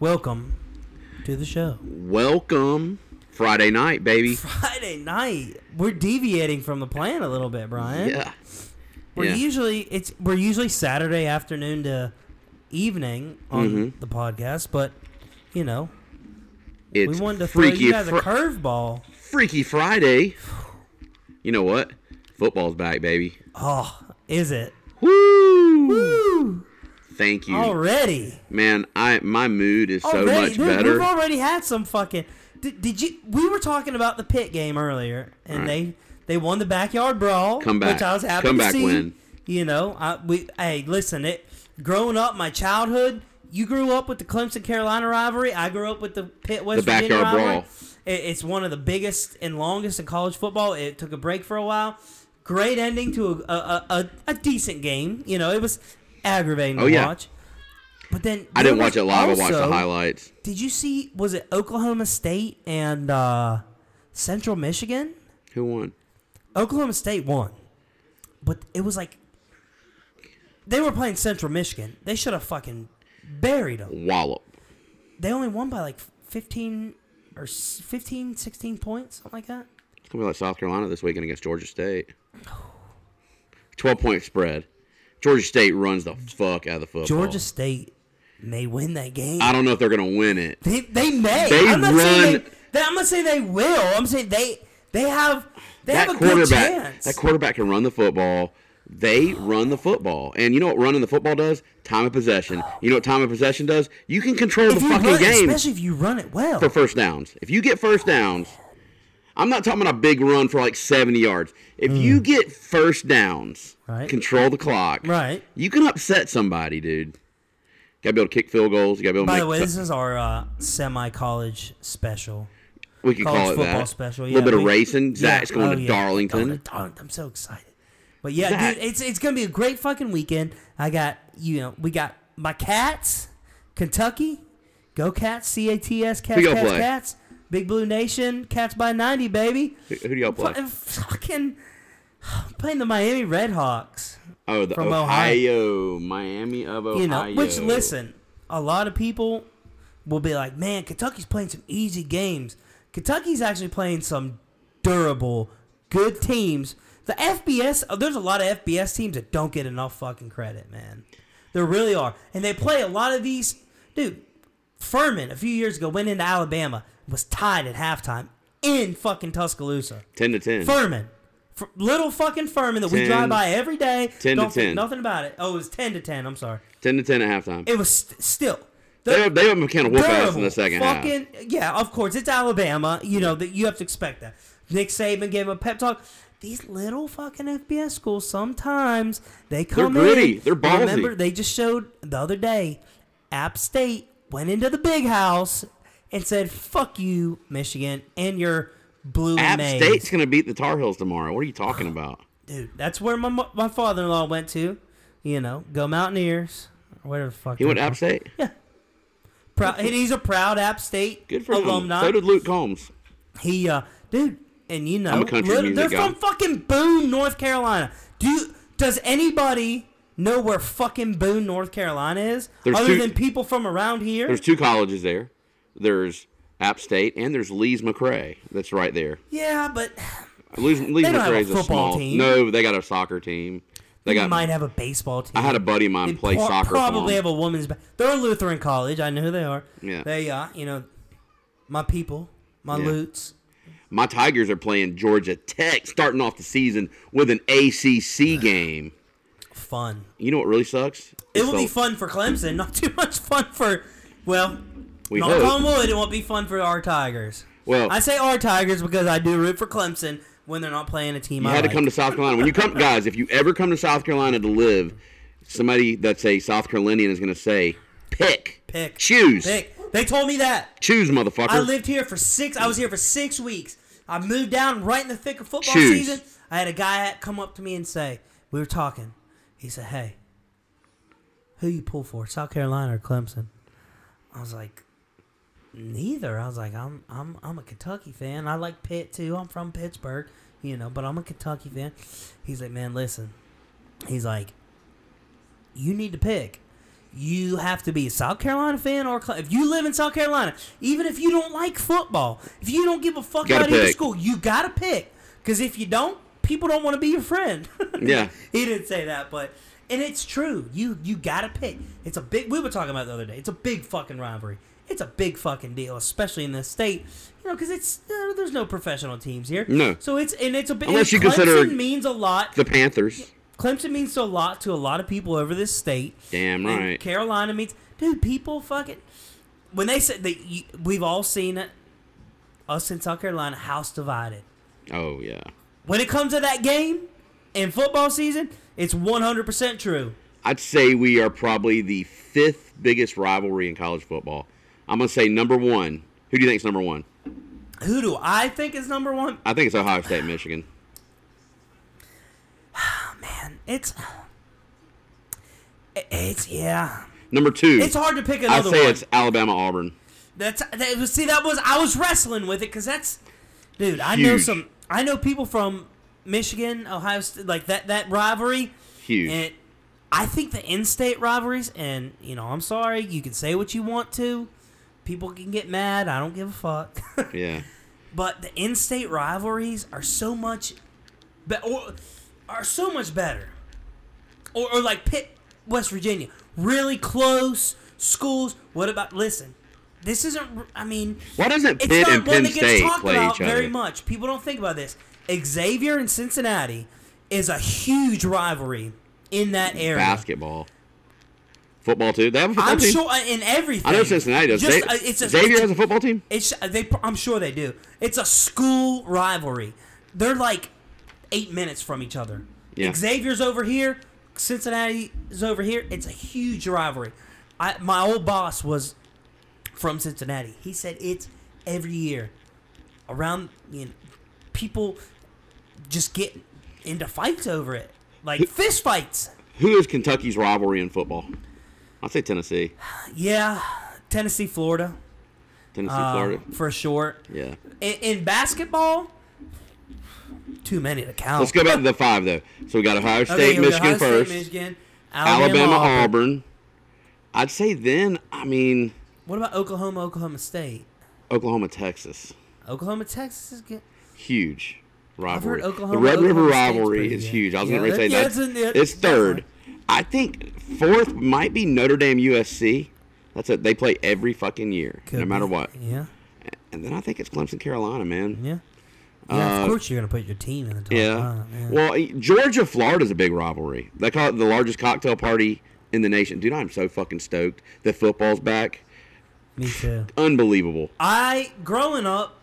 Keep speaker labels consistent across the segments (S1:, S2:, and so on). S1: Welcome to the show.
S2: Welcome Friday night, baby.
S1: Friday night. We're deviating from the plan a little bit, Brian.
S2: Yeah.
S1: We're
S2: yeah.
S1: usually it's we're usually Saturday afternoon to evening on
S2: Mm-hmm.
S1: the podcast, but you know,
S2: It's
S1: we wanted to throw
S2: freaky
S1: you guys
S2: Fri-
S1: a curveball.
S2: Freaky Friday. You know what? Football's back, baby.
S1: Oh, is it?
S2: Woo!
S1: Woo!
S2: Thank you.
S1: Already.
S2: Man, I my mood is so
S1: already,
S2: much
S1: Oh, dude,
S2: better.
S1: We've already had some fucking. Did, did you? We were talking about the pit game earlier, and they they won the backyard brawl,
S2: Come back.
S1: which I was happy
S2: Come
S1: to
S2: back
S1: see.
S2: win.
S1: You know, I we hey, listen, it growing up, my childhood. You grew up with the Clemson Carolina rivalry. I grew up with the Pitt West
S2: The
S1: Virginia
S2: backyard
S1: rivalry.
S2: brawl.
S1: It, it's one of the biggest and longest in college football. It took a break for a while. Great ending to a a, a, a decent game. You know, it was aggravating to
S2: Oh, yeah.
S1: watch. But then
S2: I didn't
S1: there
S2: watch
S1: was
S2: it live. I watched the
S1: also-
S2: highlights.
S1: did you see? Was it Oklahoma State and uh, Central Michigan?
S2: Who won?
S1: Oklahoma State won, but it was like they were playing Central Michigan. They should have fucking buried them.
S2: Wallop.
S1: They only won by like fifteen or s- 15, 16 points, something like that.
S2: It's gonna be like South Carolina this weekend against Georgia State. Twelve point spread. Georgia State runs the fuck out of the football.
S1: Georgia State may win that game.
S2: Oh. I don't know if they're gonna win it.
S1: They, they may.
S2: They
S1: I'm not saying
S2: run-
S1: they, they- I'm not saying they will. I'm saying they they have they have
S2: that
S1: a good
S2: quarterback
S1: chance.
S2: that quarterback can run the football. They run the football. And you know what running the football does? Time of possession. You know what time of possession does? You can control
S1: if
S2: the
S1: you
S2: fucking
S1: run,
S2: game
S1: especially if you run it well.
S2: for first downs. If you get first downs, I'm not talking about a big run for like 70 yards. If you get first downs,
S1: Mm. Right.
S2: control the clock.
S1: Right.
S2: You can upset somebody, dude. Got to be able to kick field goals. You got to be able to
S1: By
S2: make.
S1: the way, this is our uh, semi-college special.
S2: we could call
S1: college
S2: it
S1: football
S2: that.
S1: special.
S2: A
S1: Yeah,
S2: little bit of
S1: we-
S2: racing.
S1: yeah,
S2: Zach's going
S1: oh,
S2: to
S1: yeah.
S2: Darlington.
S1: Going to Darlington. I'm so excited. But yeah,
S2: Zach.
S1: dude, it's it's gonna be a great fucking weekend. I got you know we got my cats, Kentucky, go cats, C A T S, cats,
S2: y'all
S1: cats,
S2: play?
S1: cats, Big Blue Nation, cats by ninety, baby.
S2: Who, who do y'all play?
S1: Fu- Fucking playing the Miami Redhawks.
S2: Oh, the
S1: From
S2: Ohio, Miami of Ohio.
S1: you know which listen a lot of people will be like man kentucky's playing some easy games kentucky's actually playing some durable good teams the fbs uh, there's a lot of fbs teams that don't get enough fucking credit man there really are and they play a lot of these dude furman a few years ago went into alabama was tied at halftime in fucking tuscaloosa
S2: ten to ten.
S1: Furman. F- little fucking Furman that we
S2: Ten-
S1: drive by every day.
S2: 10 to
S1: Don't think
S2: 10.
S1: Nothing about it. Oh, it was 10 to 10. I'm sorry.
S2: ten to ten at halftime.
S1: It was st- still.
S2: they have, they have a can of whoop ass in the second half.
S1: fucking, Yeah, of course. It's Alabama. You know, that you have to expect that. Nick Saban gave him a pep talk. These little fucking FBS schools, sometimes they come
S2: gritty.
S1: in.
S2: They're ballsy.
S1: Remember, they just showed the other day, App State went into the big house and said, fuck you, Michigan, and your blue
S2: App
S1: and maize."
S2: State's gonna beat the Tar Heels tomorrow. What are you talking about?
S1: dude. That's where my mo- my father in law went to. You know, go Mountaineers or whatever the fuck.
S2: He went
S1: they
S2: to App
S1: call-
S2: State.
S1: Yeah. Proud, and he's a proud App State
S2: Good for
S1: alumni.
S2: him. So did Luke Combs.
S1: He, uh, dude, and you know,
S2: I'm a country
S1: little-
S2: music
S1: they're
S2: guy.
S1: from fucking Boone, North Carolina. Do you, does anybody know where fucking Boone, North Carolina is,
S2: There's
S1: other
S2: two-
S1: than people from around here?
S2: There's two colleges there. There's App State and there's Lee's McRae. That's right there.
S1: yeah, but
S2: Lee's, Lee's
S1: They don't have a
S2: McRae's a,
S1: football
S2: small
S1: team.
S2: No, they got a soccer team. They
S1: they
S2: got.
S1: might have a baseball team.
S2: I had a buddy of mine
S1: They
S2: play
S1: pro-
S2: soccer.
S1: Probably
S2: for him.
S1: have a woman's. Ba- they're a Lutheran college. I know who they are.
S2: Yeah.
S1: They, uh, you know, my people, my
S2: Yeah.
S1: Lutes.
S2: My Tigers are playing Georgia Tech, starting off the season with an ACC game.
S1: Fun.
S2: You know what really sucks?
S1: It
S2: It's
S1: will
S2: the-
S1: be fun for Clemson. Not too much fun for. Well,
S2: We
S1: knock
S2: hope.
S1: on wood, it won't be fun for our Tigers.
S2: Well-
S1: I say our Tigers because I do root for Clemson when they're not playing a team.
S2: You
S1: I
S2: had to
S1: like.
S2: come to South Carolina. When you come, guys, if you ever come to South Carolina to live, somebody that's a South Carolinian is going to say, pick,
S1: pick.
S2: choose,
S1: Pick. They told me that.
S2: choose, motherfucker.
S1: I lived here for six. I was here for six weeks. I moved down right in the thick of football
S2: Choose.
S1: season. I had a guy come up to me and say, "We were talking." He said, "Hey, who you pull for, South Carolina or Clemson?" I was like, "Neither." I was like, "I'm I'm I'm a Kentucky fan. I like Pitt too. I'm from Pittsburgh, you know, but I'm a Kentucky fan." He's like, "Man, listen." He's like, "You need to pick." You have to be a South Carolina fan or Cle- if you live in South Carolina, even if you don't like football, if you don't give a fuck
S2: Gotta
S1: about either
S2: pick.
S1: school, you gotta pick. Because if you don't, people don't want to be your friend.
S2: Yeah.
S1: he didn't say that, but and it's true. You you gotta pick. It's a big. We were talking about it the other day. It's a big fucking rivalry. It's a big fucking deal, especially in this state. You know, because it's uh, there's no professional teams here.
S2: No.
S1: So it's and it's a big.
S2: Unless
S1: Clemson
S2: you consider-
S1: means a lot.
S2: The Panthers.
S1: Clemson means a lot to a lot of people over this state.
S2: Damn
S1: And
S2: right.
S1: Carolina means dude. People fucking when they said that you- we've all seen it. Us in South Carolina, house divided
S2: Oh yeah.
S1: when it comes to that game in football season, it's 100% true.
S2: I'd say we are probably the fifth biggest rivalry in college football. I'm gonna say number one. Who do you think's number one?
S1: Who do I think is number one?
S2: I think it's Ohio State, Michigan.
S1: It's. uh, It's yeah.
S2: Number two.
S1: It's hard to pick
S2: I
S1: another
S2: say
S1: one.
S2: it's Alabama Auburn.
S1: That's that, was- see that was I was wrestling with it because that's, dude. I know
S2: Huge.
S1: some. I know people from Michigan, Ohio, State, like that that rivalry.
S2: Huge.
S1: And I think the in-state rivalries, and you know, I'm sorry, you can say what you want to. People can get mad. I don't give a fuck.
S2: yeah.
S1: but the in-state rivalries are so much, be- or are so much better. Or, or like Pitt, West Virginia, really close schools. What about listen? This isn't. r- I mean,
S2: Why doesn't
S1: it's
S2: Pitt
S1: not
S2: and
S1: one
S2: Penn
S1: that gets
S2: State
S1: talked
S2: play
S1: about
S2: each other?
S1: very much. People don't think about this. Xavier and Cincinnati is a huge rivalry in that area.
S2: Basketball. Football too. They have a football
S1: I'm
S2: team.
S1: sure uh, in everything.
S2: I know Cincinnati does.
S1: Just,
S2: They-
S1: uh, it's a,
S2: Xavier
S1: it's-
S2: has a football team.
S1: It's they. I'm sure they do. It's a school rivalry. They're like eight minutes from each other.
S2: Yeah.
S1: Xavier's over here. Cincinnati's over here. It's a huge rivalry. I, my old boss was from Cincinnati. He said it's every year around. You know, people just get into fights over it, like fist fights.
S2: Who is Kentucky's rivalry in football? I'd say Tennessee,
S1: Yeah, Tennessee, Florida,
S2: Tennessee,
S1: uh,
S2: Florida.
S1: for short.
S2: Yeah.
S1: In, in basketball, too many to count.
S2: Let's go back to the five though. So we got Ohio
S1: Okay,
S2: State,
S1: here we go.
S2: Michigan
S1: Ohio State,
S2: first,
S1: Michigan,
S2: Alabama,
S1: Alabama, Auburn.
S2: Auburn. I'd say then. I mean
S1: What about Oklahoma, Oklahoma State?
S2: Oklahoma, Texas.
S1: Oklahoma, Texas is good.
S2: Huge rivalry.
S1: Oklahoma,
S2: the Red River
S1: Oklahoma State's
S2: rivalry
S1: pretty
S2: is
S1: good.
S2: huge. I was
S1: Yeah,
S2: going to say
S1: that- yeah,
S2: that.
S1: it's in there.
S2: It's third.
S1: Definitely.
S2: I think fourth might be Notre Dame, USC. That's it. They play every fucking year, no
S1: Could
S2: matter
S1: be.
S2: what.
S1: Yeah,
S2: And then I think it's Clemson, Carolina, man.
S1: yeah. Yeah,
S2: Uh,
S1: of course you're gonna put your team in the top
S2: Yeah.
S1: five. Yeah.
S2: Well, Georgia, Florida's a big rivalry. They call it the largest cocktail party in the nation. Dude, I'm so fucking stoked that football's back.
S1: Me too.
S2: Unbelievable.
S1: I growing up,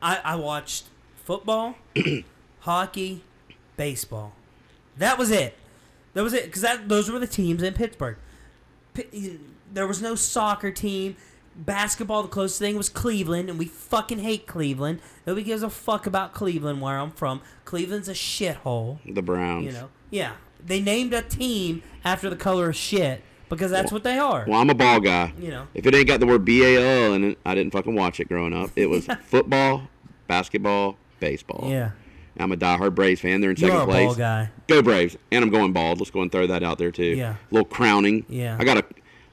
S1: I, I watched football, hockey, baseball. That was it. That was it because that those were the teams in Pittsburgh. P- there was no soccer team. Basketball, the closest thing was Cleveland, and we fucking hate Cleveland. Nobody gives a fuck about Cleveland where I'm from. Cleveland's a shithole.
S2: The Browns.
S1: You know, yeah. They named a team after the color of shit because that's what they are.
S2: Well, I'm a ball guy.
S1: You know.
S2: If it ain't got the word B A L in it, I didn't fucking watch it growing up. It was football, basketball, baseball.
S1: Yeah,
S2: I'm a diehard Braves fan. They're in
S1: you
S2: second
S1: are a
S2: place.
S1: ball guy.
S2: Go Braves. And I'm going bald. Let's go and throw that out there too.
S1: Yeah.
S2: little crowning.
S1: Yeah.
S2: I got a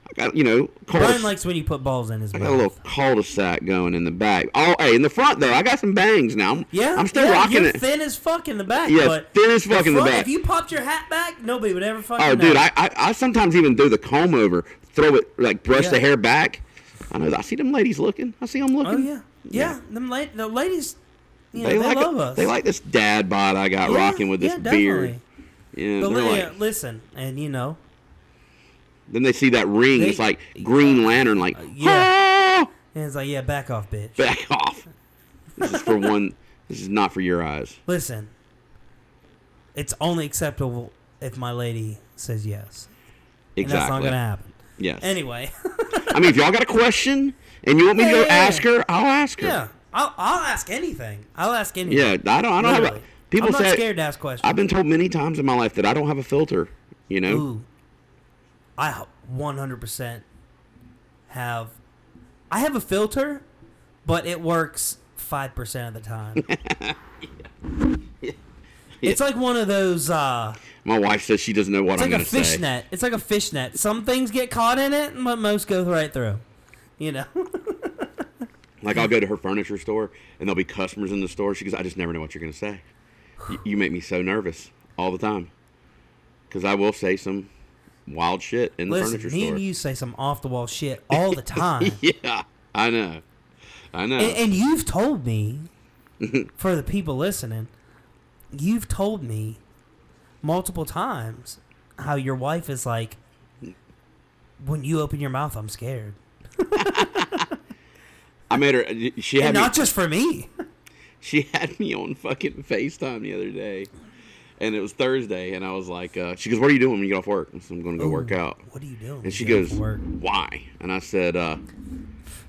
S2: I got you know, call
S1: Brian
S2: to-
S1: likes when you put balls in his
S2: I
S1: mouth.
S2: got a little cul-de-sac going in the back. Oh, hey, in the front though, I got some bangs now. I'm,
S1: Yeah,
S2: I'm still
S1: yeah,
S2: rocking
S1: you're
S2: it.
S1: Thin as fuck in the back.
S2: Yeah,
S1: but
S2: thin as fuck in the
S1: front,
S2: back.
S1: If you popped your hat back, nobody would ever fucking.
S2: Oh,
S1: know.
S2: dude, I, I I sometimes even do the comb over, throw it like brush the
S1: Yeah.
S2: hair back. I know. I see them ladies looking. I see them looking.
S1: Oh yeah, yeah. Them la- the ladies, you know,
S2: They,
S1: they,
S2: like
S1: love us.
S2: they like this dad bod I got
S1: Yeah,
S2: rocking with this
S1: yeah,
S2: beard.
S1: definitely.
S2: Yeah,
S1: But
S2: they're
S1: li-
S2: like,
S1: yeah, listen, and you know,
S2: then they see that ring.
S1: They- Uh,
S2: it's like Green Lantern. Like,
S1: yeah.
S2: "Ah!"
S1: and it's like, yeah, back off, bitch.
S2: back off. This is for one. This is not for your eyes.
S1: listen, it's only acceptable if my lady says yes,
S2: Exactly.
S1: and that's not gonna happen.
S2: Yes.
S1: Anyway,
S2: I mean, if y'all got a question and you want me to
S1: Yeah,
S2: go
S1: yeah, yeah.
S2: ask her, I'll ask her.
S1: yeah, I'll, I'll ask anything. I'll ask anything.
S2: Yeah, I don't. I don't have. A,
S1: Literally.
S2: people
S1: I'm not
S2: say
S1: scared to ask questions.
S2: I've been told many times in my life that I don't have a filter. You know,
S1: Ooh, I 100% have. I have a filter, but it works 5% of the time. It's like one of those. Uh,
S2: My wife says she doesn't know what
S1: It's
S2: I'm
S1: like
S2: going
S1: a
S2: to say.
S1: fish net. It's like a fish net. Some things get caught in it, but most go right through. You know.
S2: Like I'll go to her furniture store and there'll be customers in the store. She goes, I just never know what you're going to say. You, you make me so nervous all the time because I will say some wild shit in the
S1: Listen,
S2: furniture
S1: me
S2: store.
S1: and you say some off the wall shit all the time,
S2: yeah, I know. I know.
S1: and, and you've told me, for the people listening, you've told me multiple times how your wife is like, when you open your mouth, I'm scared,
S2: I made her. uh, She had
S1: and
S2: me,
S1: not just for me.
S2: she had me on fucking Facetime the other day, and it was Thursday, and I was like, uh, she goes, "What are you doing when you get off work?" I said, "I'm going to go work
S1: Ooh,
S2: out."
S1: What are you doing?
S2: And she
S1: Going
S2: goes,
S1: to work.
S2: "Why?" And I said, uh,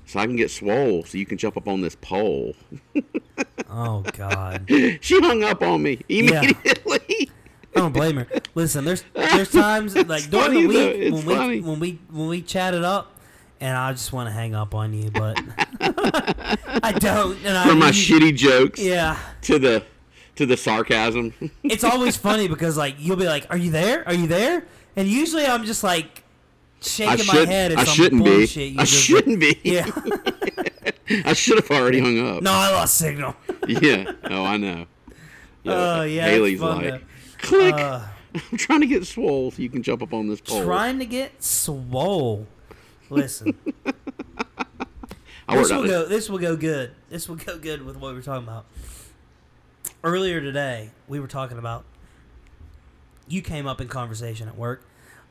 S2: "So I can get swole, so you can jump up on this pole."
S1: "Oh God."
S2: she hung up on me immediately.
S1: I don't blame her. Listen, there's there's times like during the
S2: funny, though.
S1: week
S2: It's
S1: when
S2: funny.
S1: we, when we when we chatted up, and I just want to hang up on you, but I don't. And I
S2: From my
S1: you-
S2: shitty jokes
S1: Yeah,
S2: to the to the sarcasm.
S1: it's always funny because like you'll be like, "Are you there? Are you there?" And usually I'm just like
S2: I
S1: shaking my
S2: should
S1: head at
S2: I
S1: some
S2: shouldn't be.
S1: bullshit. You
S2: I
S1: just-
S2: shouldn't be.
S1: Yeah.
S2: I should have already hung up.
S1: no, I lost signal.
S2: Yeah. Oh, I know.
S1: Oh, yeah, it's
S2: Haley's
S1: fun
S2: like,
S1: to-
S2: click.
S1: Uh,
S2: I'm trying to get swole so you can jump up on this pole.
S1: trying to get swole. Listen, this
S2: I worked out
S1: will
S2: this-
S1: go. This will go good. This will go good with what we were talking about earlier today. We were talking about you came up in conversation at work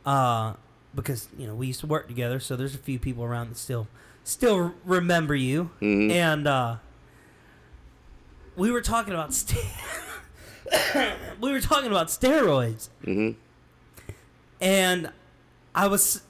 S1: uh, because you know we used to work together. So there's a few people around that still still remember you,
S2: Mhm.
S1: and uh, we were talking about st- we were talking about steroids,
S2: Mhm.
S1: and I was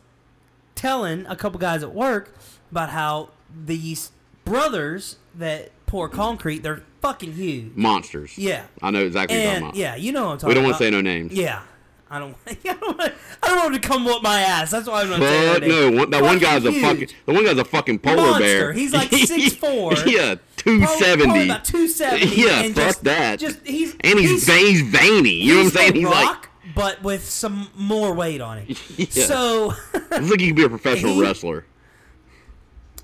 S1: telling a couple guys at work about how these brothers that pour concrete, they're fucking huge.
S2: Monsters.
S1: Yeah.
S2: I know exactly what you're
S1: And
S2: talking about.
S1: yeah, you know what I'm talking
S2: we don't
S1: about.
S2: want to say no names.
S1: Yeah. I don't I don't want I don't want him to come up my ass. That's why I'm not saying
S2: Fuck
S1: their
S2: no!
S1: name.
S2: One, that one
S1: Fucking
S2: guy's a
S1: huge.
S2: fucking. The one guy's a fucking polar
S1: Monster.
S2: bear.
S1: He's like 6'4".
S2: yeah, two
S1: Probably- probably
S2: seventy.
S1: about 270.
S2: Yeah,
S1: and
S2: fuck
S1: just,
S2: that.
S1: Just he's
S2: And he's,
S1: he's,
S2: va- he's veiny. You know what I'm saying?
S1: the
S2: He's
S1: rock, but with some more weight on it.
S2: Yeah.
S1: So
S2: like, it's like he could be a professional
S1: He-
S2: wrestler.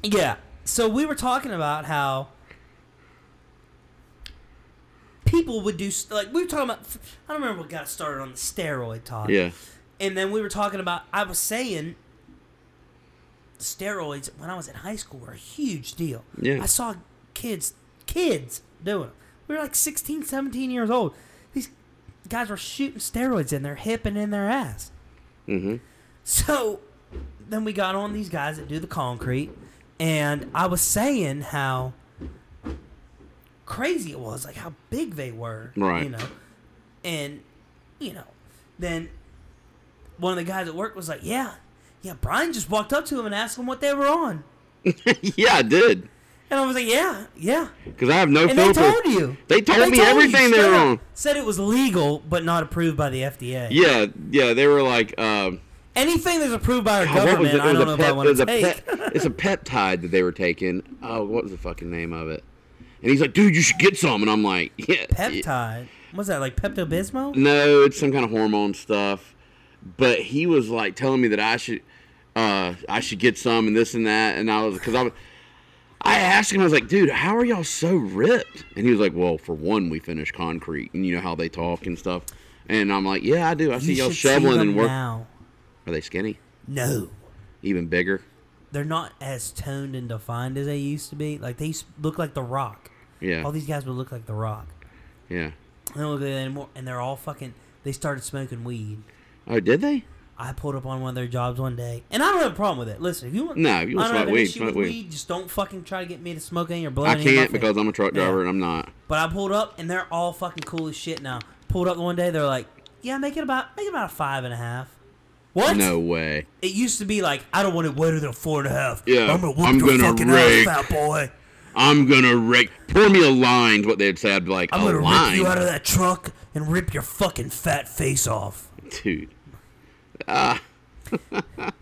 S1: Yeah. So we were talking about how people would do st- like we were talking about. I don't remember what got started on the steroid talk.
S2: Yeah,
S1: And then we were talking about. I was saying steroids when I was in high school were a huge deal.
S2: Yeah.
S1: I saw kids kids doing them. We were like 16, 17 years old. These guys were shooting steroids in their hip and in their ass.
S2: hmm
S1: So then we got on these guys that do the concrete, and I was saying how crazy it was, like how big they were,
S2: Right.
S1: You know, and you know, then one of the guys at work was like, "Yeah, yeah." Brian just walked up to him and asked him what they were on,
S2: yeah, I did.
S1: and I was like, "Yeah, yeah."
S2: Because I have no
S1: And they
S2: filter.
S1: told you.
S2: They told me everything they
S1: straight
S2: were
S1: up.
S2: on.
S1: Said it was legal, but not approved by the FDA.
S2: Yeah, yeah, they were like, um,
S1: Anything that's approved by our
S2: God, what was
S1: government,
S2: it? It
S1: I
S2: was
S1: don't
S2: a
S1: know if I
S2: pep- it
S1: want
S2: was
S1: to
S2: a
S1: take.
S2: pep- It's a peptide that they were taking. Oh, what was the fucking name of it? And he's like, dude, you should get some. And I'm like, yeah. yeah.
S1: Peptide. What's that like Pepto Bismol?
S2: No, it's some kind of hormone stuff. But he was like telling me that I should, uh, I should get some and this and that. And I was because I was. I asked him, I was like, dude, how are y'all so ripped? And he was like, well, for one, we finished concrete. And you know how they talk and stuff. And I'm like, yeah, I do. I see y'all shoveling and work.
S1: now.
S2: Are they skinny?
S1: No,
S2: Even bigger?
S1: they're not as toned and defined as they used to be. Like they used to look like the Rock.
S2: Yeah.
S1: All these guys would look like the Rock.
S2: yeah.
S1: They don't look like that anymore, and they're all fucking. They started smoking weed.
S2: Oh, did they?
S1: I pulled up on one of their jobs one day, and I don't have a problem with it. Listen, if you want,
S2: No, if you wanna
S1: I don't have
S2: smoke
S1: an
S2: weed,
S1: issue with
S2: smoke weed.
S1: Just don't fucking try to get me to smoke any or blow
S2: I
S1: any of my
S2: can't
S1: face.
S2: because I'm a truck
S1: Yeah.
S2: driver and I'm not.
S1: But I pulled up, and they're all fucking cool as shit now. Pulled up one day, they're like, "Yeah, make it about make it about a five and a half." What?
S2: No way.
S1: It used to be like, I don't want it wetter than four and a half.
S2: Yeah,
S1: I'm gonna whoop
S2: I'm
S1: your
S2: gonna
S1: fucking
S2: rake.
S1: ass, fat boy.
S2: I'm gonna rake. Pour me a line is what they'd say. I'd be like,
S1: I'm
S2: a
S1: gonna
S2: line,
S1: rip you out of that truck and rip your fucking fat face off.
S2: dude.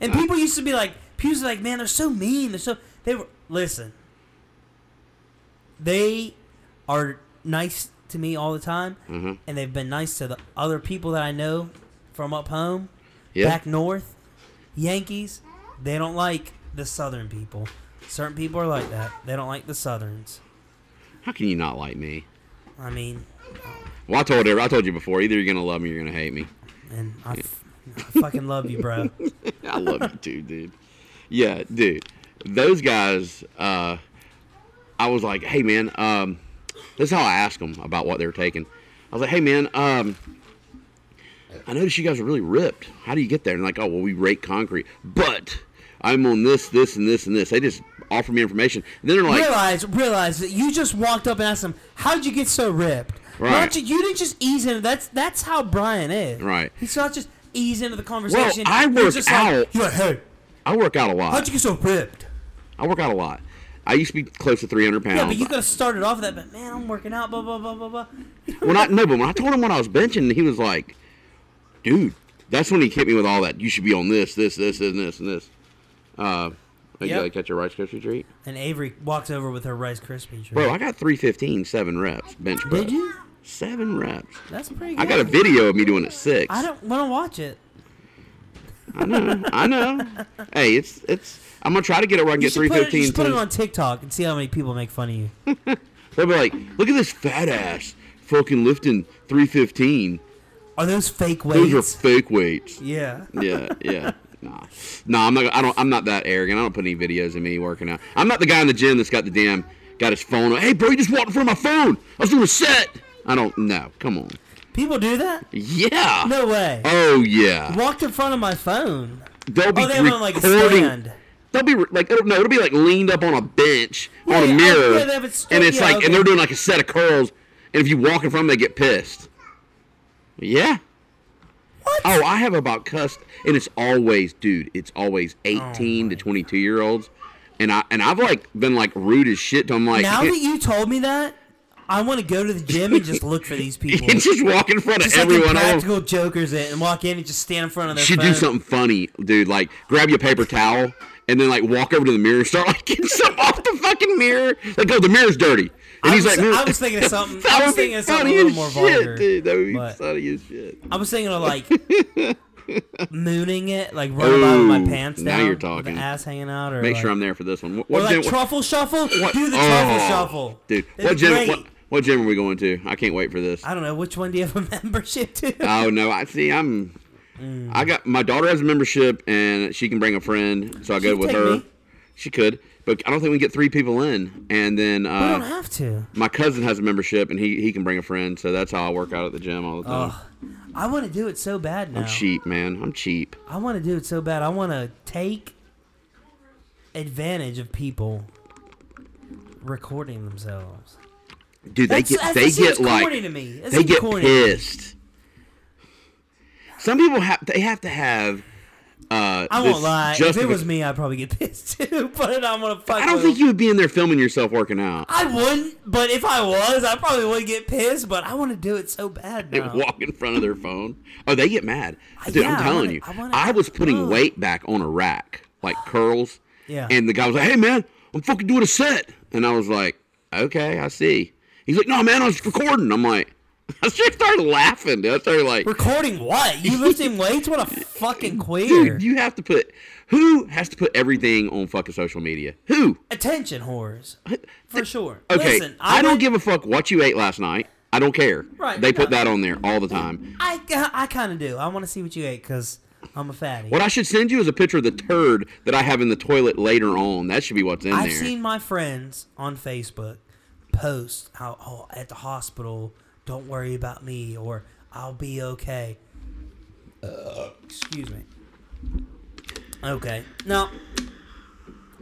S1: And people used to be like, people used to be like, man, they're so mean. They're so they were listen. They are nice to me all the time,
S2: Mm-hmm.
S1: and they've been nice to the other people that I know from up home,
S2: Yeah.
S1: back north. Yankees, they don't like the Southern people. Certain people are like that. They don't like the Southerns.
S2: How can you not like me?
S1: I mean,
S2: Well, I told her, I told you before. Either you're gonna love me, or you're gonna hate me.
S1: and I, f- I fucking love you, bro.
S2: I love you too, dude. Yeah, dude. Those guys, uh, I was like, hey man, um, this is how I asked them about what they were taking. I was like, hey man, um, I noticed you guys are really ripped. How do you get there? And like, oh well, we rake concrete, but I'm on this, this, and this, and this. They just offer me information, and then they're like,
S1: realize, realize that you just walked up and asked him, "How'd you get so ripped?"
S2: Right.
S1: Not ju- you didn't just ease into that's that's how Brian is.
S2: Right.
S1: He's not just ease into the conversation.
S2: I
S1: He's
S2: work
S1: just
S2: out.
S1: Like, you're like, hey,
S2: I work out a lot.
S1: how'd you get so ripped?
S2: I work out a lot. I used to be close to 300 pounds.
S1: Yeah, but you could have started off with that. But man, I'm working out. Blah blah blah blah blah.
S2: when I no, but when I told him what I was benching, he was like, "Dude, that's when he hit me with all that. You should be on this, this, this, and this, and this." Uh, you
S1: Yep.
S2: gotta catch your Rice Krispie treat,
S1: And Avery walks over with her Rice Krispie treat.
S2: bro. I got 315, seven reps bench press.
S1: Did you?
S2: Seven reps.
S1: That's pretty. Good.
S2: I got a video of me doing it six.
S1: I don't want to watch it.
S2: I know. I know. hey, it's it's. I'm gonna try to get it where I can
S1: You
S2: get
S1: should put it, you
S2: 315.
S1: should put it
S2: too.
S1: on TikTok and see how many people make fun of you.
S2: They'll be like, "Look at this fat ass fucking lifting 315.
S1: Are those fake
S2: Those
S1: weights?
S2: are fake weights."
S1: yeah.
S2: yeah, yeah. Nah, nah. I'm not. I don't. I'm not that arrogant. I don't put any videos of me working out. I'm not the guy in the gym that's got the damn got his phone. on. Hey, bro, you just walked in front of my phone. I was doing a set. I don't. No, come on.
S1: People do that?
S2: Yeah.
S1: No way.
S2: Oh yeah.
S1: Walked in front of my phone.
S2: They'll be
S1: Oh, they have it on, like, a
S2: recording.
S1: stand.
S2: They'll be re- like, it'll, no, it'll be like leaned up on a bench
S1: Yeah,
S2: on a
S1: yeah, oh,
S2: mirror,
S1: yeah, they have it straight-
S2: and it's
S1: yeah,
S2: like,
S1: okay.
S2: and they're doing like a set of curls. And if you walk in front, of them, they get pissed. Yeah.
S1: What?
S2: Oh, I have about cussed, and it's always, dude, it's always
S1: Oh
S2: 18 to 22 year olds, and I and I've like been like rude as shit. To them, like,
S1: now
S2: "Hey,"
S1: that you told me that, I want to go to the gym and just look for these people.
S2: and just walk in front of
S1: just like the
S2: everyone. I don't-
S1: practical jokers it and walk in and just stand in front of their
S2: should
S1: phone.
S2: do something funny, dude. Like grab your paper towel and then like walk over to the mirror and start like getting something off the fucking mirror. Like, oh, the mirror's dirty. And
S1: I
S2: he's
S1: was-
S2: like,
S1: I was thinking of something-
S2: That
S1: I was
S2: would be
S1: thinking of something
S2: funny
S1: a little
S2: as
S1: more
S2: shit,
S1: vulgar,
S2: dude. That would be
S1: but-
S2: funny as shit.
S1: I was thinking of like mooning it, like running by with
S2: Ooh,
S1: my pants
S2: now
S1: down,
S2: you're
S1: with
S2: talking.
S1: the ass hanging out, or
S2: Make
S1: like,
S2: sure I'm there for this one. What,
S1: or
S2: what,
S1: like
S2: gen- what-
S1: truffle shuffle.
S2: what-
S1: do the
S2: oh,
S1: truffle shuffle,
S2: dude.
S1: It'd
S2: What
S1: be
S2: gym?
S1: great.
S2: What, what gym are we going to? I can't wait for this.
S1: I don't know which one do you have a membership to?
S2: Oh no, I see. I'm.
S1: Mm.
S2: I got my daughter has a membership and she can bring a friend, so I go
S1: She'd
S2: with
S1: take
S2: her.
S1: me.
S2: She could, but I don't think we can get three people in. And then
S1: I don't
S2: uh,
S1: have to.
S2: my cousin has a membership and he he can bring a friend, so that's how I work out at the gym all the time.
S1: Ugh. I want to do it so bad now.
S2: I'm cheap, man. I'm cheap.
S1: I want to do it so bad. I want to take advantage of people recording themselves.
S2: Dude, they
S1: That's-
S2: get
S1: that
S2: they
S1: seems
S2: get like
S1: corny to me. That
S2: they
S1: seems
S2: get
S1: corny.
S2: pissed. Some people have they have to have. Uh,
S1: I
S2: this
S1: won't lie. If it
S2: justific-
S1: was me, I'd probably get pissed too. But I'm gonna fuck.
S2: I don't
S1: with
S2: think
S1: them.
S2: you would be in there filming yourself working out.
S1: I wouldn't. But if I was, I probably would get pissed. But I want to do it so bad
S2: They
S1: now.
S2: walk in front of their phone. Oh, they get mad.
S1: Oh. I-
S2: Dude,
S1: yeah,
S2: I'm
S1: I
S2: telling
S1: wanna-
S2: you, I,
S1: I wanna-
S2: was putting
S1: Ugh.
S2: weight back on a rack, like curls.
S1: Yeah.
S2: And the guy was like, "Hey, man, I'm fucking doing a set," and I was like, "Okay, I see." He's like, "No, man, I was recording." I'm like, I just started laughing. Dude. I started like,
S1: Recording what? You lifting weights? What a fucking queer.
S2: "Dude, you have to put who has to put everything on fucking social media? Who?
S1: Attention whores, for sure.
S2: Okay,
S1: Listen,
S2: I,
S1: I,
S2: don't
S1: went-
S2: give a fuck what you ate last night. I don't care.
S1: Right,
S2: They put
S1: no.
S2: that on there all the time.
S1: I I kind of do. I want to see what you ate because I'm a fatty.
S2: What I should send you is a picture of the turd that I have in the toilet later on. That should be what's in
S1: I've
S2: there.
S1: seen my friends on Facebook post how oh, at the hospital, don't worry about me or I'll be okay.
S2: Uh.
S1: Excuse me. Okay. Now,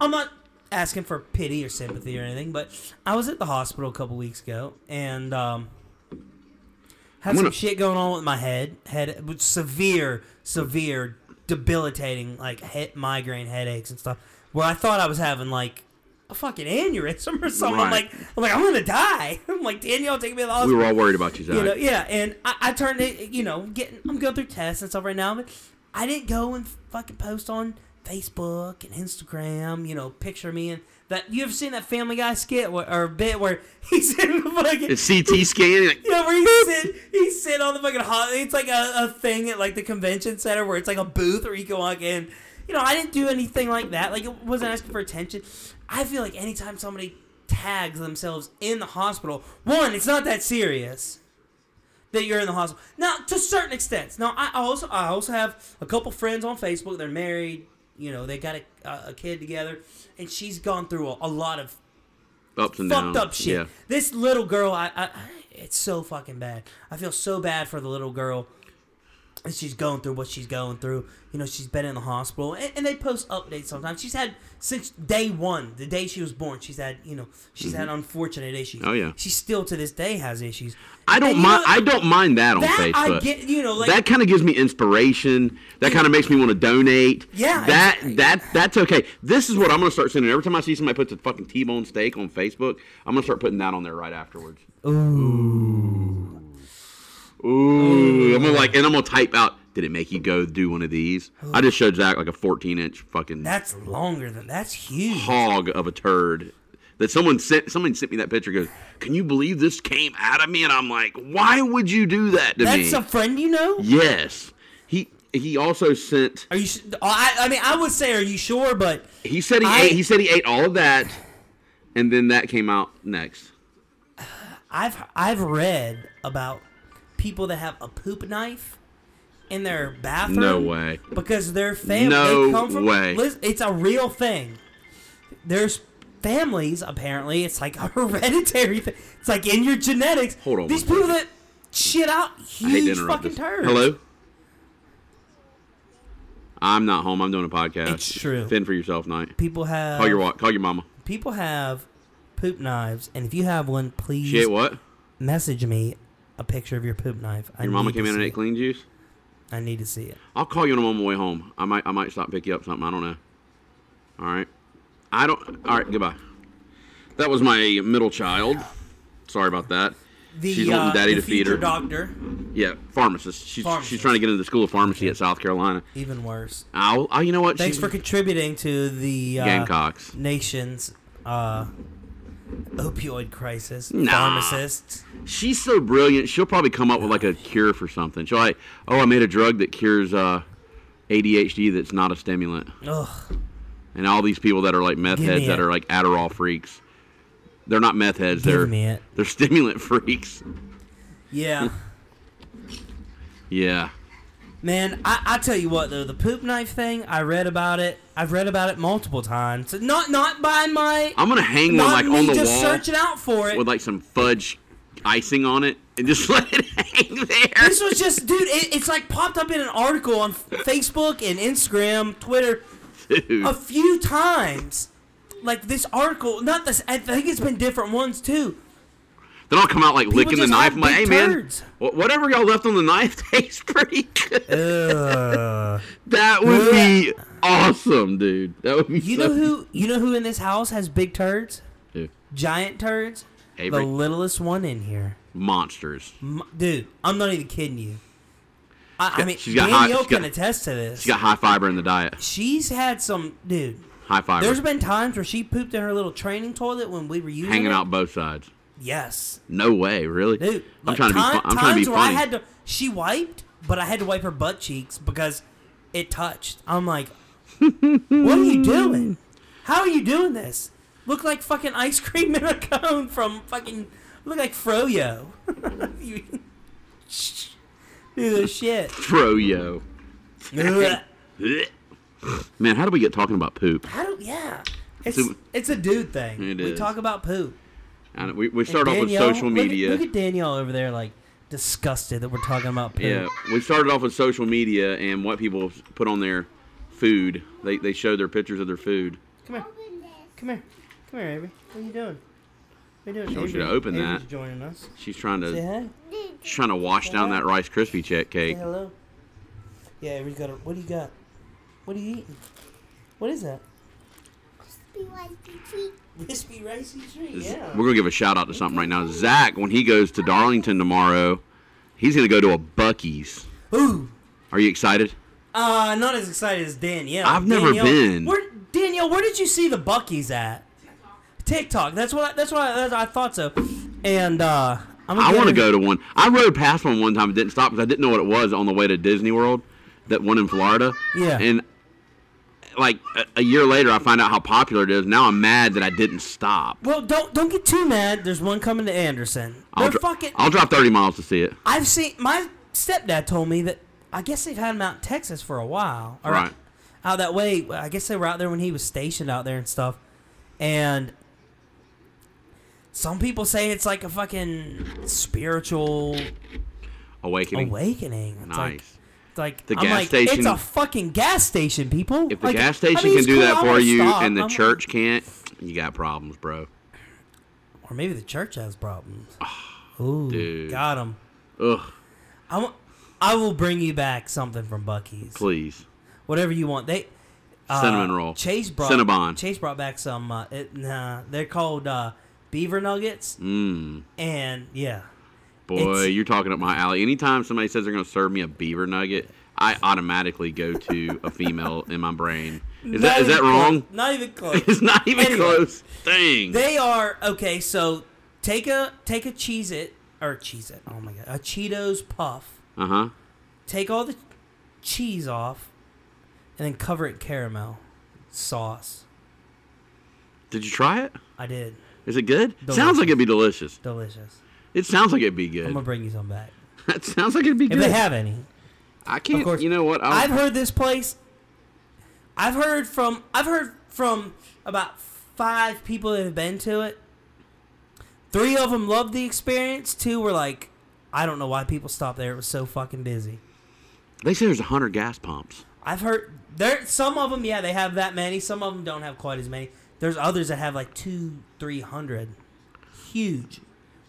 S1: I'm not asking for pity or sympathy or anything, but I was at the hospital a couple weeks ago and um, had
S2: I'm
S1: some
S2: gonna-
S1: shit going on with my head. Head with severe, severe, debilitating like head, migraine headaches and stuff. Where I thought I was having like a fucking aneurysm or something. I'm
S2: Right.
S1: like, I'm like, I'm gonna die. I'm like, Danielle, take me to the hospital.
S2: we were all worried about you, Zach.
S1: You know, yeah, and I, I turned it, you know, getting I'm going through tests and stuff right now, but I didn't go and fucking post on Facebook and Instagram, you know, picture me in that. You ever seen that Family Guy skit where, or bit where he's in the fucking
S2: It's CT scan. Like,
S1: yeah, where he sit, he sit on the fucking hot. It's like a, a thing at like the convention center where it's like a booth where you can walk in. You know, I didn't do anything like that. Like, it wasn't asking for attention. I feel like anytime somebody tags themselves in the hospital, one, it's not that serious that you're in the hospital. Now, to certain extents. Now, I also I also have a couple friends on Facebook. They're married. You know, they got a, a kid together, and she's gone through a, a lot of
S2: ups and
S1: fucked
S2: downs.
S1: up shit.
S2: Yeah.
S1: This little girl, I, I, it's so fucking bad. I feel so bad for the little girl. And she's going through what she's going through. You know, she's been in the hospital, and, and they post updates sometimes. She's had since day one, the day she was born. She's had, you know, she's had unfortunate issues.
S2: Mm-hmm. Oh, yeah.
S1: She still to this day has issues.
S2: I don't
S1: And you
S2: mind.
S1: know-
S2: I don't mind that on
S1: that
S2: Facebook.
S1: I get. You know, like
S2: that kind of gives me inspiration. That kind of makes me want to donate.
S1: Yeah,
S2: That
S1: it's-
S2: that that's okay. This is what I'm gonna start sending. Every time I see somebody puts a fucking T-bone steak on Facebook, I'm gonna start putting that on there right afterwards. Ooh. Ooh. I'm gonna like, and I'm gonna type out. Did it make you go do one of these? I just showed Zach like a 14 inch fucking
S1: that's longer than that's huge.
S2: hog of a turd. That someone sent someone sent me that picture. Goes, can you believe this came out of me? And I'm like, why would you do that to me?
S1: That's a friend you know.
S2: Yes. He he also sent.
S1: Are you? s- I, I mean, I would say, are you sure? But
S2: He said he
S1: I-
S2: ate. He said he ate all of that, and then that came out next.
S1: I've I've read about people that have a poop knife in their bathroom.
S2: No way.
S1: Because their family
S2: No
S1: they come from
S2: way.
S1: Lis- it's a real thing. There's families apparently it's like a hereditary thing. It's like in your genetics.
S2: Hold on
S1: These
S2: one
S1: people that shit out
S2: I hate to
S1: huge
S2: interrupt
S1: fucking
S2: this.
S1: turds.
S2: Hello. I'm not home. I'm doing a podcast.
S1: It's true.
S2: Fend for yourself, night.
S1: People have
S2: Call your wa- call your mama.
S1: people have poop knives and if you have one please
S2: She ate what?
S1: message me a picture of your poop knife. I
S2: Your mama
S1: need to
S2: came in and
S1: see
S2: ate clean juice.
S1: it. I need to see it.
S2: I'll call you on my way home. I might I might stop and pick you up something. I don't know. All right. I don't. All right. Goodbye. That was my middle child. Sorry about that.
S1: The,
S2: She's wanting
S1: uh,
S2: daddy
S1: the
S2: to feed
S1: future
S2: her.
S1: doctor.
S2: Yeah, pharmacist. She's she's
S1: Pharmacist.
S2: trying to get into the School of Pharmacy at South Carolina.
S1: Even worse.
S2: I'll, I, you know what?
S1: Thanks
S2: She-
S1: for contributing to the uh,
S2: Gamecocks.
S1: nation's uh, opioid crisis.
S2: Nah.
S1: Pharmacists.
S2: She's so brilliant. She'll probably come up with like a cure for something. She'll like, oh, I made a drug that cures uh, ADHD that's not a stimulant,
S1: Ugh.
S2: and all these people that are like meth
S1: Give me
S2: heads that
S1: it.
S2: are like Adderall freaks. They're not meth heads.
S1: Give
S2: they're
S1: me it.
S2: they're stimulant freaks.
S1: Yeah.
S2: Yeah.
S1: Man, I, I tell you what though, the poop knife thing, I read about it. I've read about it multiple times. Not not by my
S2: I'm gonna hang one
S1: not
S2: like
S1: me
S2: on the
S1: just
S2: wall
S1: searching out for it.
S2: with like some fudge icing on it and just let it hang there.
S1: this was just dude, it, it's like popped up in an article on Facebook and Instagram, Twitter.
S2: Dude.
S1: a few times. Like this article, not this. I think it's been different ones too.
S2: Then I'll come out like licking the
S1: just have
S2: knife. I'm like, hey
S1: big
S2: man,
S1: turds."
S2: wh- whatever y'all left on the knife tastes pretty good. that would
S1: Ugh.
S2: be awesome, dude. That would be
S1: you
S2: so
S1: know who? You know who in this house has big turds,
S2: Dude,
S1: giant turds?
S2: Avery.
S1: The littlest one in here,
S2: monsters.
S1: M- dude. I'm not even kidding you. I, I mean,
S2: she's got high-
S1: Danielle
S2: she's got-
S1: can attest to this.
S2: She got high fiber in the diet.
S1: she's had some, dude.
S2: High fiber.
S1: There's been times where she pooped in her little training toilet when we were using
S2: Hanging
S1: it.
S2: out both sides.
S1: Yes,
S2: No way, really.
S1: Dude,
S2: I'm
S1: like,
S2: trying to be.
S1: time-
S2: Fun- I'm trying to be
S1: times where I
S2: funny.
S1: had to. She wiped, but I had to wipe her butt cheeks because it touched. I'm like, what are you doing? How are you doing this? Look like fucking ice cream in a cone from fucking. Look like Froyo. you, do this shit.
S2: Froyo.
S1: Ugh.
S2: Blech. Man, how do we get talking about poop?
S1: I don't. Yeah. It's
S2: So-
S1: it's a dude thing.
S2: It
S1: we
S2: is.
S1: talk about poop.
S2: I don't- we, we start off with
S1: Danielle-
S2: social
S1: look at-
S2: media.
S1: Look at, Danielle over there, like disgusted that we're talking about poop.
S2: Yeah, we started off with social media and what people put on their food. They they show their pictures of their food.
S1: Come here. Come here. Come here, Avery. What are you doing? What are you doing?
S2: She wants you to
S1: Avery-
S2: open
S1: Avery's
S2: that.
S1: joining us.
S2: She's trying
S1: Say
S2: to
S1: hey.
S2: she's trying to wash down that Rice Krispie check
S1: Say
S2: cake.
S1: hello. Yeah, Avery's got a... What do you got? What are you eating? What is that? Crispy ricey treat, yeah.
S2: We're gonna give a shout out to something right now. Zach, when he goes to Darlington tomorrow, he's gonna go to a Bucky's.
S1: Ooh,
S2: Are you excited?
S1: Uh, not as excited as Danielle.
S2: I've never
S1: Danielle-
S2: been.
S1: Where, Danielle, where did you see the Buckies at? TikTok. That's what. I, that's what. I, that's what I thought so. And uh, I'm
S2: I
S1: get
S2: want to
S1: in-
S2: go to one. I rode past one one time and didn't stop because I didn't know what it was on the way to Disney World, that one in Florida.
S1: Yeah.
S2: And like a, a year later, I find out how popular it is. Now I'm mad that I didn't stop.
S1: Well, don't don't get too mad. There's one coming to Anderson.
S2: I'll,
S1: They're
S2: dri-
S1: fucking.
S2: I'll drive 30 miles to see it.
S1: I've seen my stepdad told me that I guess they've had them out in Texas for a while. Or
S2: Right.
S1: Out that way, I guess they were out there when he was stationed out there and stuff. And some people say it's like a fucking spiritual
S2: Awakening.
S1: awakening. It's like
S2: nice.
S1: it's like
S2: The
S1: I'm
S2: gas
S1: like, It's
S2: station-
S1: a fucking gas station, people.
S2: if the
S1: Like,
S2: gas
S1: I mean,
S2: station can
S1: it's
S2: do
S1: cool,
S2: that
S1: I'm
S2: for
S1: gonna
S2: you
S1: stop,
S2: and the
S1: I'm-
S2: church can't, you got problems, bro.
S1: or maybe the church has problems. Ooh,
S2: Ah, dude.
S1: got him.
S2: Ugh,
S1: I want. I will bring you back something from Bucky's.
S2: please.
S1: whatever you want. They uh,
S2: Cinnamon roll.
S1: Chase brought
S2: Cinnabon.
S1: Chase brought back some. Uh, it, nah, they're called uh, beaver nuggets,
S2: Mmm.
S1: and yeah,
S2: Boy,
S1: It's-
S2: you're talking up my alley. Anytime somebody says they're going to serve me a beaver nugget, I automatically go to a female in my brain. Is
S1: Not
S2: that is
S1: even
S2: that wrong?
S1: close. Not even close.
S2: It's not even
S1: Anyway.
S2: close. Dang.
S1: they are okay. So take a take a cheese it or cheese it. Oh my god, a Cheetos puff.
S2: uh huh.
S1: Take all the cheese off, and then cover it in caramel sauce.
S2: Did you try it?
S1: I did.
S2: Is it good? Sounds like it'd be delicious.
S1: Delicious.
S2: It sounds like it'd be
S1: I'm
S2: good.
S1: gonna bring you some back
S2: that sounds like it'd be
S1: if
S2: good.
S1: they have any.
S2: I
S1: Of
S2: can't.
S1: course.
S2: You know what?
S1: I've
S2: I'll,
S1: heard this place. I've heard from I've heard from about five people that have been to it. Three of them loved the experience. Two were like, I don't know why people stopped there. It was so fucking busy.
S2: they say there's hundred gas pumps.
S1: I've heard there some of them. Yeah, they have that many. Some of them don't have quite as many. There's others that have like two, three hundred, huge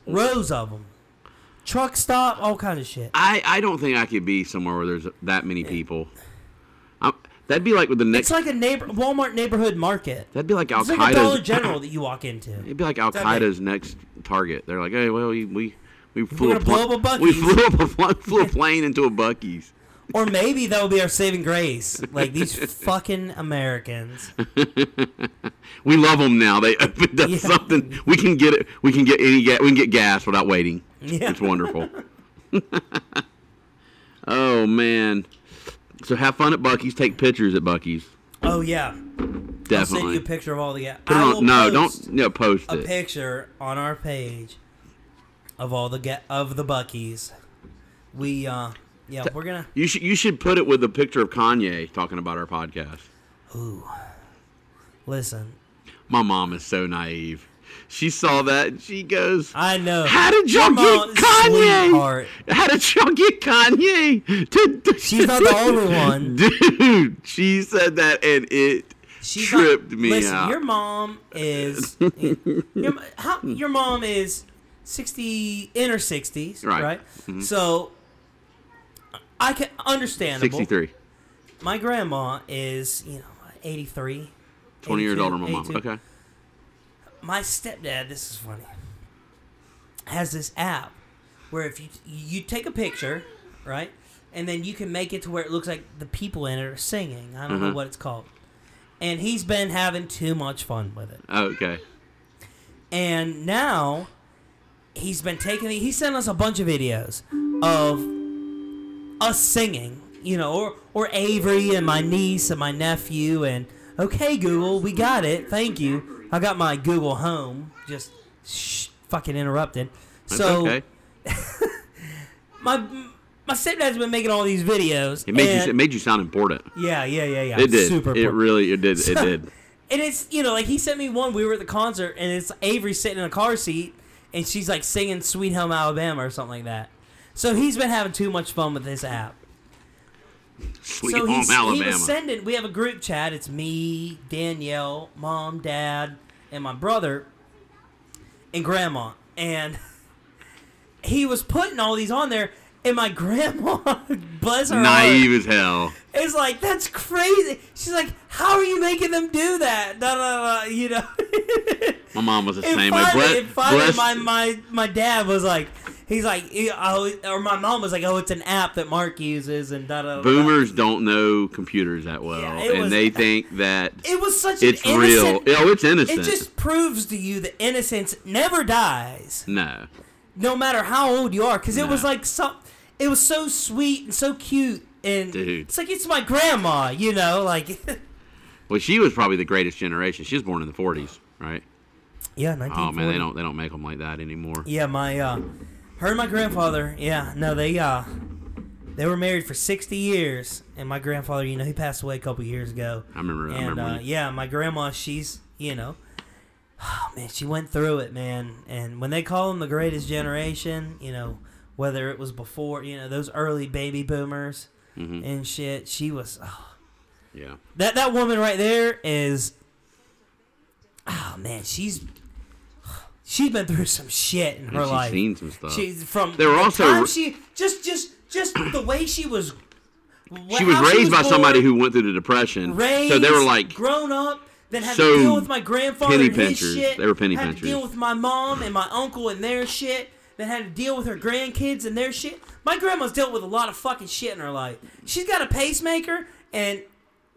S1: rows of them. Truck stop, all kind of shit.
S2: I, I don't think I could be somewhere where there's that many people. i that'd be like with the next.
S1: It's like a neighbor Walmart neighborhood market.
S2: that'd be like Al
S1: It's like a Dollar
S2: Qaeda's.
S1: General that you walk into.
S2: It'd be like Al
S1: that big?
S2: Qaeda's next target. They're like, hey, well, we we we flew
S1: gonna
S2: a, pla-
S1: blow up a
S2: we
S1: Buc-ee's."
S2: flew up a fl- flew a plane into a Bucky's.
S1: Or maybe that will be our saving grace. Like these fucking Americans.
S2: We love them now. They opened up
S1: Yeah.
S2: something. We can get it. We can get any gas. We can get gas without waiting.
S1: Yeah.
S2: It's wonderful. oh man. So have fun at Bucky's. Take pictures at Bucky's.
S1: Oh yeah, I'll send
S2: Definitely.
S1: you a picture of all the. Ga-
S2: Put it
S1: I
S2: on-
S1: will
S2: no,
S1: post
S2: don't no post
S1: A
S2: it.
S1: picture on our page of all the ga- of the Buckies. We uh, yeah, we're gonna.
S2: you should you should put it with a picture of Kanye talking about our podcast.
S1: Ooh, listen,
S2: My mom is so naive. She saw that and she goes,
S1: I know.
S2: How did y'all
S1: Your
S2: get
S1: mom-
S2: Kanye?
S1: sweetheart.
S2: How did y'all get Kanye? To, to-
S1: She's not the only one.
S2: Dude, she said that and it
S1: She's not-
S2: tripped me
S1: listen,
S2: out.
S1: Your mom is your, mo- how, your mom is sixty in her sixties, right?
S2: Right. Mm-hmm.
S1: So I can understandable.
S2: 63.
S1: My grandma is you know eighty three.
S2: 20 years
S1: 82,
S2: older than my mom.
S1: 82.
S2: Okay.
S1: My stepdad, this is funny, has this app where if you you take a picture, right, and then you can make it to where it looks like the people in it are singing. I don't know
S2: Uh-huh.
S1: what it's called. And he's been having too much fun with it.
S2: Oh, Okay.
S1: and now he's been taking he sent us a bunch of videos of us singing you know or, or avery and my niece and my nephew and okay google we got it thank you i got my google home just sh- fucking interrupted
S2: That's
S1: so
S2: okay.
S1: my my stepdad's been making all these videos
S2: It made,
S1: and-
S2: you, it made you sound important.
S1: yeah yeah yeah yeah
S2: It did.
S1: super
S2: it
S1: important.
S2: really it did. It
S1: So-
S2: did.
S1: And it's you know like he sent me one. We were at the concert, and it's Avery sitting in a car seat, and she's like singing "Sweet Home Alabama" or something like that. So he's been having too much fun with this app.
S2: Sweet
S1: so
S2: home
S1: he's, he
S2: Alabama.
S1: was sending. We have a group chat. It's me, Danielle, mom, dad, and my brother, and grandma. And he was putting all these on there, and my grandma, bless her, heart,
S2: Naive as hell.
S1: it's like that's crazy. She's like, "How are you making them do that?" Da, da, da, you know.
S2: My mom was the
S1: and
S2: same way.
S1: finally,
S2: Bless,
S1: and finally
S2: bless-
S1: my, my my dad was like, He's like, "Yeah, oh, or my mom was like, oh, it's an app that Mark uses and da da. da, da."
S2: Boomers don't know computers that well,
S1: Yeah, it
S2: and
S1: was-
S2: they think that
S1: It was such
S2: it's
S1: an innocent.
S2: real. Oh, it's innocent.
S1: It just proves to you that innocence never dies,
S2: no.
S1: no matter how old you are. Because it was
S2: No.
S1: like some, it was so sweet and so cute, and
S2: Dude.
S1: it's like it's my grandma, you know, like
S2: Well, she was probably the greatest generation. She was born in the 40s, right?
S1: yeah, nineteen.
S2: Oh man, they don't they don't make them like that anymore.
S1: Yeah, my uh, her and my grandfather. Yeah, no, they uh, they were married for sixty years, and my grandfather, you know, he passed away a couple years ago.
S2: I remember. I
S1: And
S2: remember.
S1: uh,
S2: when-
S1: yeah, my grandma, she's you know, oh man, she went through it, man. And when they call them the greatest generation, you know, whether it was before, you know, those early baby boomers
S2: Mm-hmm.
S1: and shit, she was oh,
S2: yeah.
S1: that that woman right there is. Oh man, she's she's been through some shit in her
S2: And she's
S1: life.
S2: seen some stuff.
S1: She's from.
S2: They were
S1: the
S2: also-
S1: time she just just just the way she was. wh-
S2: she was
S1: how
S2: raised by
S1: born,
S2: somebody who went through the depression,
S1: raised,
S2: so they were like,
S1: grown up. Then had
S2: so
S1: to deal with my grandfather
S2: penny
S1: and his
S2: pinchers.
S1: shit.
S2: They were penny
S1: had to deal
S2: pinchers.
S1: with my mom and my uncle and their shit. Then had to deal with her grandkids and their shit. My grandma's dealt with a lot of fucking shit in her life. She's got a pacemaker, and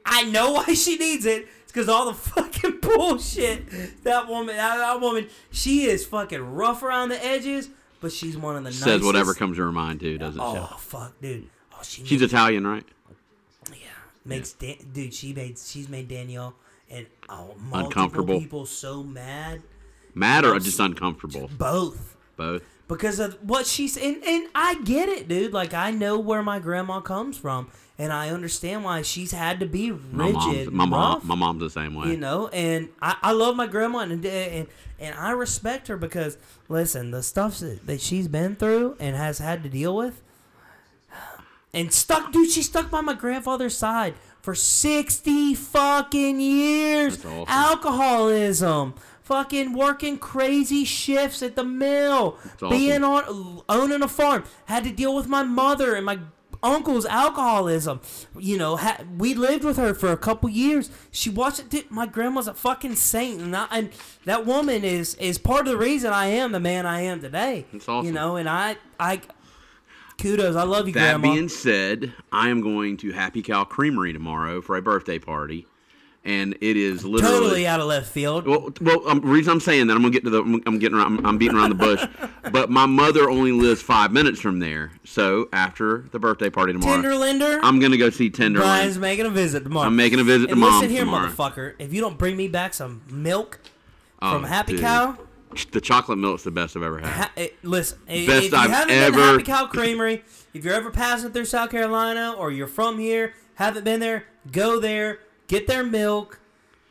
S1: I know why she needs it. It's because all the fucking bullshit that woman, that, that woman, she is fucking rough around the edges, but she's one of the
S2: says
S1: nicest.
S2: whatever comes to her mind too, doesn't
S1: Oh
S2: she?
S1: fuck, dude. Oh, she
S2: She's Italian, right?
S1: makes Dan- dude she made she's made Danielle and oh, multiple
S2: Uncomfortable.
S1: people so mad
S2: Mad or just uncomfortable?
S1: both
S2: Both.
S1: because of what she's and and I get it dude like I know where my grandma comes from and I understand why she's had to be
S2: My mom's
S1: rigid
S2: my mom
S1: rough,
S2: my mom's the same way.
S1: you know and I, I love my grandma and and and I respect her because listen the stuff that, that she's been through and has had to deal with and stuck dude she stuck by my grandfather's side for 60 fucking years
S2: That's awesome.
S1: alcoholism fucking working crazy shifts at the mill
S2: awesome.
S1: being on owning a farm had to deal with my mother and my uncle's alcoholism you know ha- we lived with her for a couple years she watched it dude, my grandma's a fucking saint and, I, and that woman is is part of the reason i am the man i am today
S2: That's awesome.
S1: you know and i i kudos i love you
S2: That
S1: grandma
S2: being said, I am going to Happy Cow Creamery tomorrow for a birthday party, and it is literally
S1: totally out of left field.
S2: Well, well, um, reason I'm saying that I'm gonna get to the I'm, I'm getting around, I'm, I'm beating around the bush, but my mother only lives five minutes from there. So after the birthday party tomorrow,
S1: Tenderlinder,
S2: I'm gonna go see Tinder.
S1: Brian's making a visit tomorrow.
S2: I'm making a visit to
S1: and
S2: mom
S1: Listen here,
S2: tomorrow.
S1: motherfucker. If you don't bring me back some milk from Happy
S2: Oh, dude.
S1: Cow,
S2: The chocolate milk's the best I've ever had.
S1: ha- eh, listen. eh,
S2: Best
S1: if you
S2: I've
S1: haven't been to
S2: ever-
S1: Happy Cow Creamery, if you're ever passing through South Carolina or you're from here, haven't been there, go there, get their milk,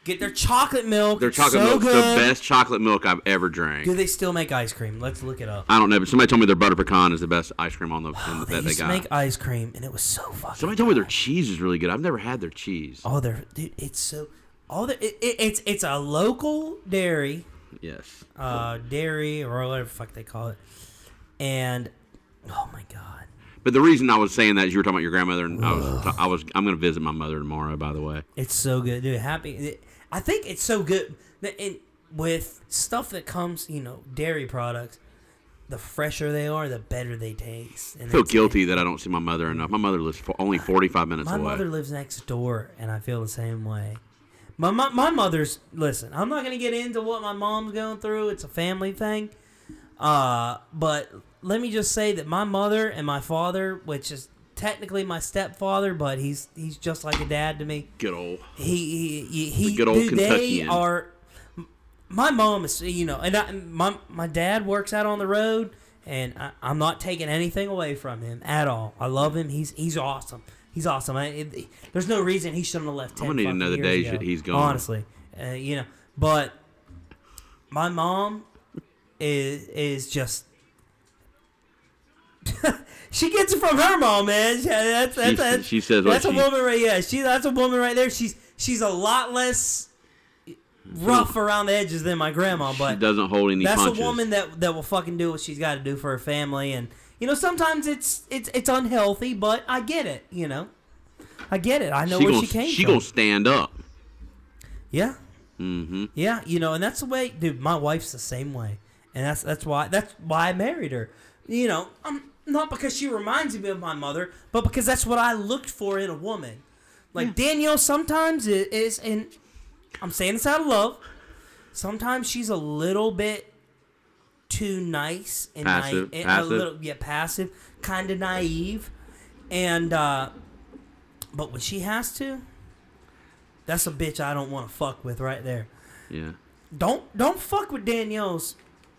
S1: get their chocolate milk.
S2: Their
S1: It's
S2: chocolate
S1: so
S2: milk's
S1: good.
S2: the best chocolate milk I've ever drank.
S1: Do they still make ice cream? Let's look it up.
S2: I don't know, but somebody told me their butter pecan is the best ice cream on the
S1: They
S2: in- that they
S1: used to
S2: got.
S1: make ice cream, and it was so fucking.
S2: somebody told me their cheese is really good. I've never had their cheese.
S1: Oh, they're dude, it's so all the it, it, it's it's a local dairy,
S2: Yes,
S1: uh, dairy or whatever the fuck they call it, and oh my god,
S2: but the reason I was saying that is you were talking about your grandmother, and I was I was I'm gonna visit my mother tomorrow. By the way,
S1: it's so good, dude. Happy, it, I think it's so good that in with stuff that comes, you know, dairy products. The fresher they are, the better they taste. And
S2: I feel
S1: it's-
S2: guilty that I don't see my mother enough. My mother lives fo- only 45 minutes
S1: My
S2: away.
S1: mother lives next door, and I feel the same way. My, my, my mother's listen. I'm not gonna get into what my mom's going through. It's a family thing. Uh, but let me just say that my mother and my father, which is technically my stepfather, but he's he's just like a dad to me.
S2: Good old.
S1: He he he.
S2: The good old
S1: dude, they
S2: Kentuckian.
S1: are. My mom is you know, and I, my my dad works out on the road, and I, I'm not taking anything away from him at all. I love him. He's he's awesome. He's awesome. I, it, there's no reason he shouldn't have left. 10
S2: gonna need
S1: fucking
S2: another
S1: years
S2: day
S1: ago,
S2: that he's gone.
S1: Honestly, uh, you know, but my mom is is just. she gets it from her mom, man. Yeah, That's, that's,
S2: She,
S1: that's,
S2: she says what
S1: that's
S2: she,
S1: a woman right yeah she that's a woman right there she's she's a lot less rough around the edges than my grandma
S2: she
S1: but
S2: doesn't hold any
S1: that's
S2: punches.
S1: a woman that that will fucking do what she's got to do for her family and you know sometimes it's it's it's unhealthy but i get it you know i get it i know
S2: she
S1: where
S2: gonna,
S1: she came
S2: she
S1: from
S2: gonna stand up.
S1: yeah mm-hmm. yeah you know and that's the way dude my wife's the same way and that's that's why that's why i married her You know, um, not because she reminds me of my mother, but because that's what I looked for in a woman. Like Danielle sometimes i- is, and I'm saying this out of love. Sometimes she's a little bit too nice and, nai-
S2: Passive,
S1: and
S2: passive.
S1: a little yeah passive, kind of naive, and uh, but when she has to, that's a bitch I don't want to fuck with right there.
S2: Yeah.
S1: Don't don't fuck with Danielle's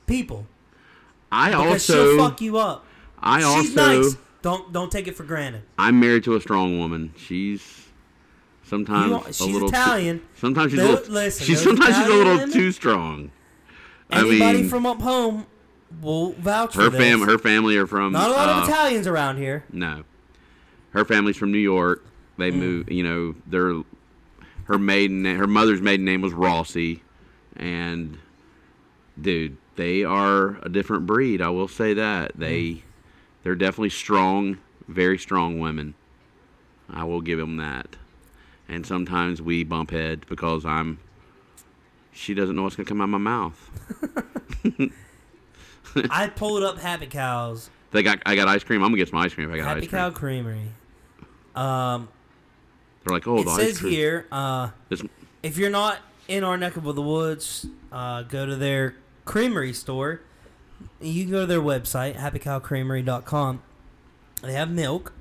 S1: people
S2: I
S1: because she'll
S2: also
S1: fuck you up.
S2: I also
S1: She's nice. Don't don't take it for granted.
S2: I'm married to a strong woman. She's sometimes
S1: You are-
S2: a
S1: she's
S2: little too-
S1: Italian.
S2: sometimes she's a
S1: Tho-
S2: little,
S1: listen, those
S2: she's sometimes she's a
S1: Italian
S2: little
S1: women-
S2: too strong. I
S1: Anybody
S2: mean,
S1: from up home will vouch
S2: her
S1: for this.
S2: fam her family are from
S1: Not a lot
S2: uh,
S1: of Italians around here.
S2: No, her family's from New York. They
S1: Mm.
S2: moved. You know, their her maiden na- her mother's maiden name was Rossi, and dude, they are a different breed. I will say that
S1: Mm.
S2: they they're definitely strong, very strong women. I will give them that. And sometimes we bump heads because I'm. She doesn't know what's gonna come out of my mouth.
S1: I pulled up Happy Cows,
S2: They got. I got ice cream. I'm gonna get some ice cream if I got
S1: Happy
S2: ice cream.
S1: Cow Creamery. Um,
S2: They're like, oh,
S1: it
S2: the
S1: says
S2: ice cream.
S1: here uh,
S2: This-
S1: if you're not in our neck of the woods, uh, go to their creamery store. You can go to their website, happycowcreamery.com. They have milk,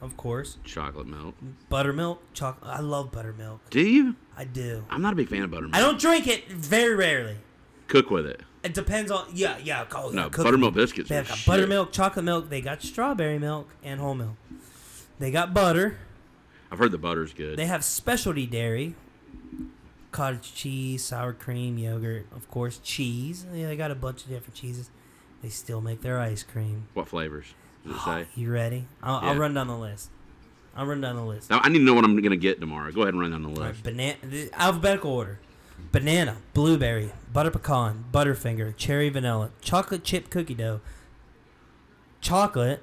S1: of course,
S2: chocolate milk.
S1: buttermilk, chocolate. I love buttermilk.
S2: Do you?
S1: I do.
S2: I'm not a big fan of buttermilk.
S1: I don't drink it very rarely.
S2: cook with it.
S1: It depends on yeah yeah. Oh,
S2: No,
S1: yeah, cook-
S2: buttermilk biscuits.
S1: They
S2: are
S1: have got
S2: shit.
S1: buttermilk, chocolate milk. They got strawberry milk and whole milk. They got butter.
S2: I've heard the butter's good.
S1: They have specialty dairy, cottage cheese, sour cream, yogurt, of course, cheese. Yeah, they got a bunch of different cheeses. They still make their ice cream.
S2: what flavors does
S1: Oh.
S2: it say?
S1: You ready? I'll, I'll
S2: Yeah.
S1: run down the list. I'll run down the list.
S2: Now, I need to know what I'm going to get tomorrow. Go ahead and run down the
S1: All
S2: list.
S1: right, banana alphabetical order: banana, blueberry, butter pecan, butterfinger, cherry vanilla, chocolate chip cookie dough, chocolate,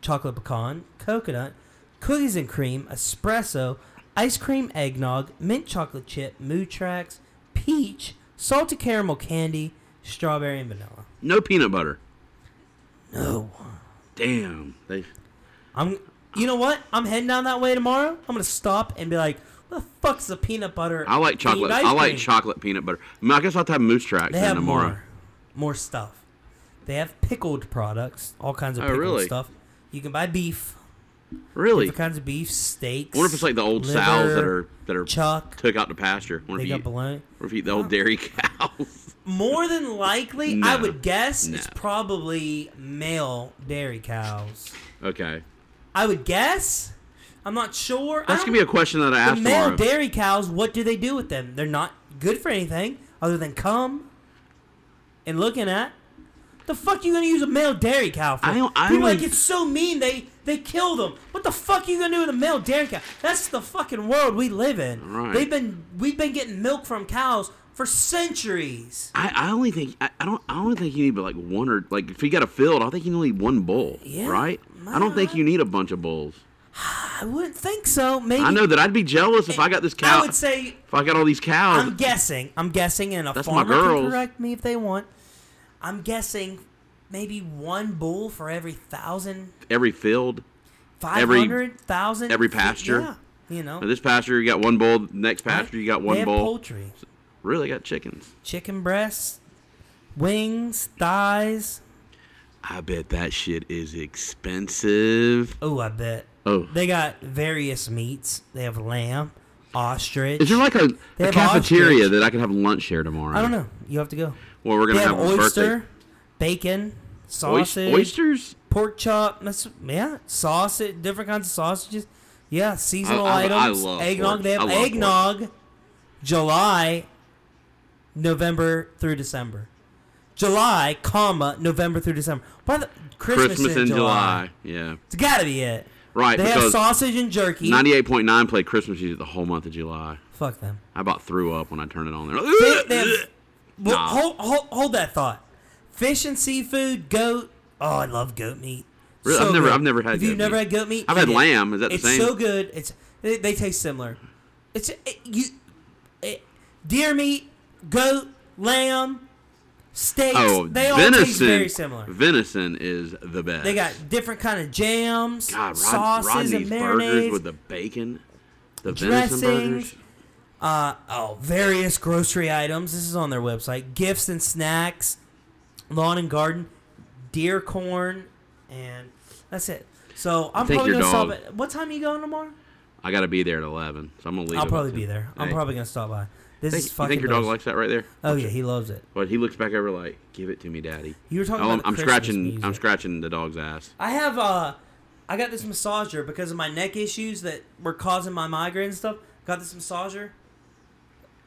S1: chocolate pecan, coconut, cookies and cream, espresso, ice cream eggnog, mint chocolate chip, mood tracks, peach, salted caramel candy, strawberry and vanilla.
S2: No peanut butter.
S1: No,
S2: Damn. They.
S1: I'm. You know what? I'm heading down that way tomorrow. I'm gonna stop and be like, "What the fuck's the peanut butter?"
S2: I like
S1: themed
S2: chocolate.
S1: ice
S2: I like
S1: cream?"
S2: chocolate peanut butter. I, mean, I guess I'll have to have moose tracks
S1: They
S2: then
S1: have
S2: tomorrow.
S1: more, more stuff. They have pickled products, all kinds of
S2: Oh,
S1: pickled
S2: really?
S1: stuff. You can buy beef,
S2: Really?
S1: different kinds of beef, steaks.
S2: I wonder if it's like the old sows that
S1: liver,
S2: are that are
S1: chuck.
S2: took out to pasture. I wonder
S1: They
S2: if you,
S1: got Oh. bologna.
S2: or if you eat the old dairy cows.
S1: More than likely, I
S2: No.
S1: would guess it's
S2: No.
S1: probably male dairy cows.
S2: okay.
S1: I would guess. I'm not sure.
S2: That's
S1: I
S2: gonna
S1: don't-
S2: be a question that I ask
S1: the male
S2: tomorrow.
S1: dairy cows. What do they do with them? They're not good for anything other than cum and looking at. The fuck you gonna use a male dairy cow for?
S2: I don't- I
S1: People are like
S2: don't-
S1: it's so mean they they kill them. What the fuck you gonna do with a male dairy cow? That's the fucking world we live in.
S2: Right.
S1: They've been we've been getting milk from cows for centuries.
S2: I, I only think I, I don't I only think you need but like one or like if you got a field I think you only need one bull
S1: Yeah,
S2: right I don't think you need a bunch of bulls
S1: I wouldn't think so. Maybe
S2: I know that I'd be jealous if I got this
S1: I
S2: cow
S1: would say
S2: if I got all these cows
S1: I'm guessing. I'm guessing, and a
S2: That's my
S1: farmer can
S2: girls.
S1: correct me if they want. I'm guessing maybe one bull for every thousand,
S2: every field
S1: five hundred thousand,
S2: every pasture.
S1: Yeah, you know,
S2: Now, this pasture you got one bull next pasture you got
S1: they
S2: one
S1: have
S2: bull
S1: poultry,
S2: really got chickens
S1: chicken breasts, wings, thighs.
S2: I bet that shit is expensive
S1: Oh, I bet.
S2: oh
S1: They got various meats. They have lamb, ostrich.
S2: is there like a,
S1: They
S2: a
S1: have ostrich.
S2: cafeteria that I can have lunch here tomorrow
S1: I don't know. You have to go.
S2: well we're
S1: They
S2: gonna
S1: have
S2: have, a
S1: oyster, bacon,
S2: birthday
S1: sausage,
S2: Oys- oysters
S1: pork chop. That's, yeah, sausage, different kinds of sausages. Yeah, seasonal
S2: I- I
S1: items.
S2: love
S1: eggnog.
S2: pork.
S1: They
S2: I
S1: have
S2: love pork.
S1: eggnog. July, November through December. July, comma November through December. Why the Christmas,
S2: Christmas
S1: in,
S2: in
S1: July.
S2: July yeah
S1: It's gotta be it.
S2: right
S1: They have
S2: because
S1: sausage and jerky.
S2: 98.9 played Christmas music the whole month of July.
S1: Fuck them.
S2: I about threw up when I turned it on there.
S1: They, they have, well,
S2: Nah.
S1: hold, hold, hold that thought. Fish and seafood, goat. Oh, I love goat meat.
S2: Really? I've never-
S1: good.
S2: I've never had
S1: If you've
S2: goat
S1: never
S2: meat.
S1: had goat meat,
S2: I've had
S1: eat it.
S2: lamb. Is that the
S1: it's
S2: same?
S1: so good. It's they, they taste similar. It's it, you, it, deer meat, goat, lamb, steaks.
S2: Oh,
S1: they all
S2: venison.
S1: taste very similar.
S2: Venison is the best.
S1: They got different kind of jams,
S2: God, Rod-
S1: sauces,
S2: Rodney's
S1: and
S2: burgers
S1: marinades.
S2: with the bacon, the
S1: dressings.
S2: venison burgers.
S1: uh, oh, various grocery items. This is on their website. Gifts and snacks, lawn and garden, deer corn, and that's it. So I'm
S2: Take
S1: probably
S2: your
S1: gonna stop
S2: dog.
S1: at what time are you going tomorrow?
S2: I gotta be there at eleven, so I'm gonna leave.
S1: I'll
S2: about
S1: probably
S2: 10.
S1: be there. I'm
S2: Hey,
S1: probably gonna stop by. This
S2: Think,
S1: is
S2: you
S1: fucking.
S2: think your dog
S1: delicious.
S2: likes that right there?
S1: Oh yeah, he loves it.
S2: But he looks back over like, "Give it to me, daddy."
S1: You were talking
S2: Oh, I'm,
S1: about the
S2: I'm
S1: Christmas
S2: scratching.
S1: music.
S2: I'm scratching the dog's ass.
S1: I have uh, I got this massager because of my neck issues that were causing my migraine and stuff. Got this massager.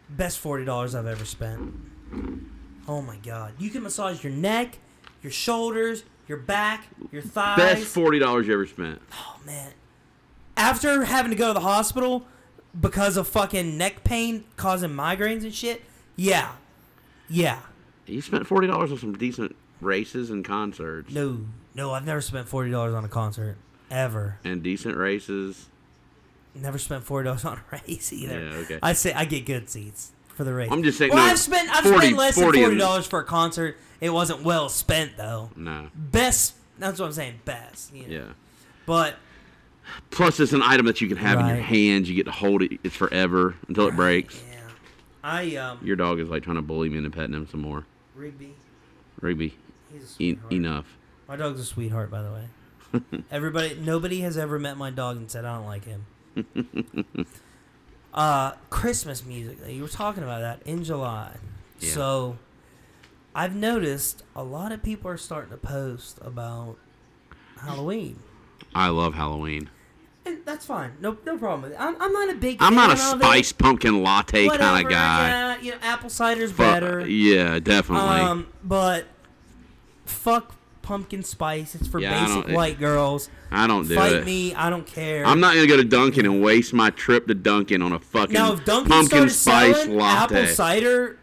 S1: Best forty dollars I've ever spent. Oh my god! You can massage your neck, your shoulders, your back, your thighs.
S2: Best forty dollars you ever spent.
S1: oh man! After having to go to the hospital because of fucking neck pain causing migraines and shit. Yeah, yeah.
S2: You spent forty dollars on some decent races and concerts,
S1: No, no. I've never spent forty dollars on a concert ever.
S2: and decent races.
S1: Never spent forty dollars on a race either.
S2: Yeah, okay.
S1: I say I get good seats for the race.
S2: I'm just saying,
S1: Well,
S2: no,
S1: I've spent I've
S2: 40
S1: spent less
S2: 40
S1: than
S2: is-
S1: forty dollars for a concert. It wasn't well spent though.
S2: No,
S1: Best. That's what I'm saying. Best. You know?
S2: yeah.
S1: But
S2: Plus, it's an item that you can have in your
S1: Right.
S2: hands. You get to hold it. It's forever until it breaks.
S1: yeah, I um
S2: Your dog is like trying to bully me into petting him some more.
S1: Rigby.
S2: Rigby,
S1: He's a
S2: e-
S1: sweetheart.
S2: enough.
S1: My dog's a sweetheart, by the way. Everybody, nobody has ever met my dog and said I don't like him. uh, Christmas music. You were talking about that in July.
S2: Yeah.
S1: So, I've noticed a lot of people are starting to post about Halloween,
S2: I love Halloween.
S1: and that's fine. No, no problem with it. I'm, I'm not a big.
S2: I'm not a
S1: fan of it.
S2: spice pumpkin latte
S1: Whatever,
S2: kind of guy.
S1: Yeah, you know, apple cider's
S2: Fu-
S1: better.
S2: yeah, definitely.
S1: Um, but fuck pumpkin spice. It's for
S2: Yeah, I
S1: basic
S2: don't-
S1: white girls.
S2: I don't do
S1: Fight
S2: it.
S1: me. I don't care.
S2: I'm not gonna go to Dunkin' and waste my trip to Dunkin' on a fucking
S1: now if Dunkin' started
S2: pumpkin spice
S1: selling
S2: latte
S1: apple cider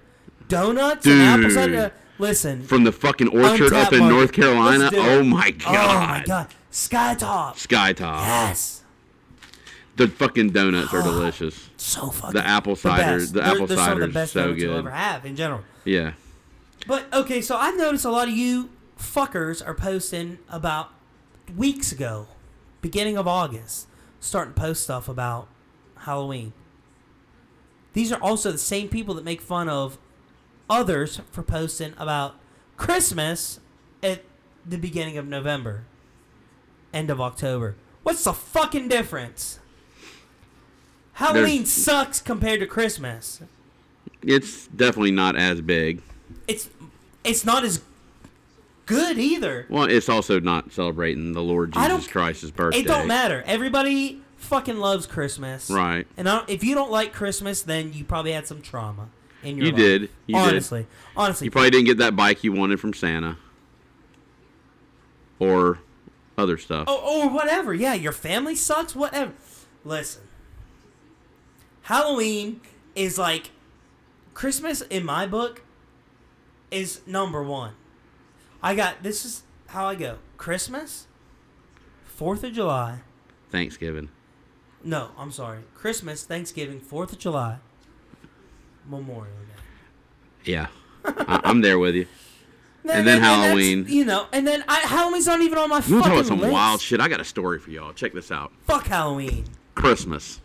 S1: donuts and apple
S2: Dude.
S1: cider, listen.
S2: from the fucking orchard
S1: Untappd
S2: up in
S1: market.
S2: North Carolina.
S1: Let's do it.
S2: Oh my god!
S1: Oh my god, Sky Top.
S2: Sky Top.
S1: Yes,
S2: The fucking donuts are delicious.
S1: so fucking
S2: The apple cider-
S1: best.
S2: the
S1: They're-
S2: apple
S1: they're some of the
S2: cider's
S1: best
S2: so
S1: donuts you'll
S2: good.
S1: ever have in general.
S2: Yeah.
S1: But okay, so I've noticed a lot of you fuckers are posting about weeks ago, beginning of August, starting to post stuff about Halloween. These are also the same people that make fun of others for posting about Christmas at the beginning of November, end of October. What's the fucking difference? Halloween sucks compared to Christmas.
S2: It's definitely not as big.
S1: it's it's not as good either.
S2: Well, it's also not celebrating the Lord
S1: I don't-
S2: Jesus Christ's birthday.
S1: It don't matter. Everybody fucking loves Christmas,
S2: Right.
S1: And I don't, if you don't like Christmas, then you probably had some trauma in your
S2: You
S1: life.
S2: did. You did.
S1: honestly, honestly,
S2: You probably didn't get that bike you wanted from Santa. Or other stuff.
S1: or, or Oh, whatever. Yeah, your family sucks. Whatever. Listen, Halloween is like Christmas in my book is number one. I got this is how I go Christmas, Fourth of July,
S2: Thanksgiving.
S1: No, I'm sorry. Christmas, Thanksgiving, Fourth of July, Memorial Day,
S2: Yeah. I, I'm there with you. And then
S1: that's-
S2: Halloween.
S1: you know, and then I, Halloween's not even on my
S2: You
S1: fucking
S2: want to talk about some
S1: list.
S2: wild shit? I got a story for y'all. Check this out.
S1: Fuck Halloween.
S2: Christmas.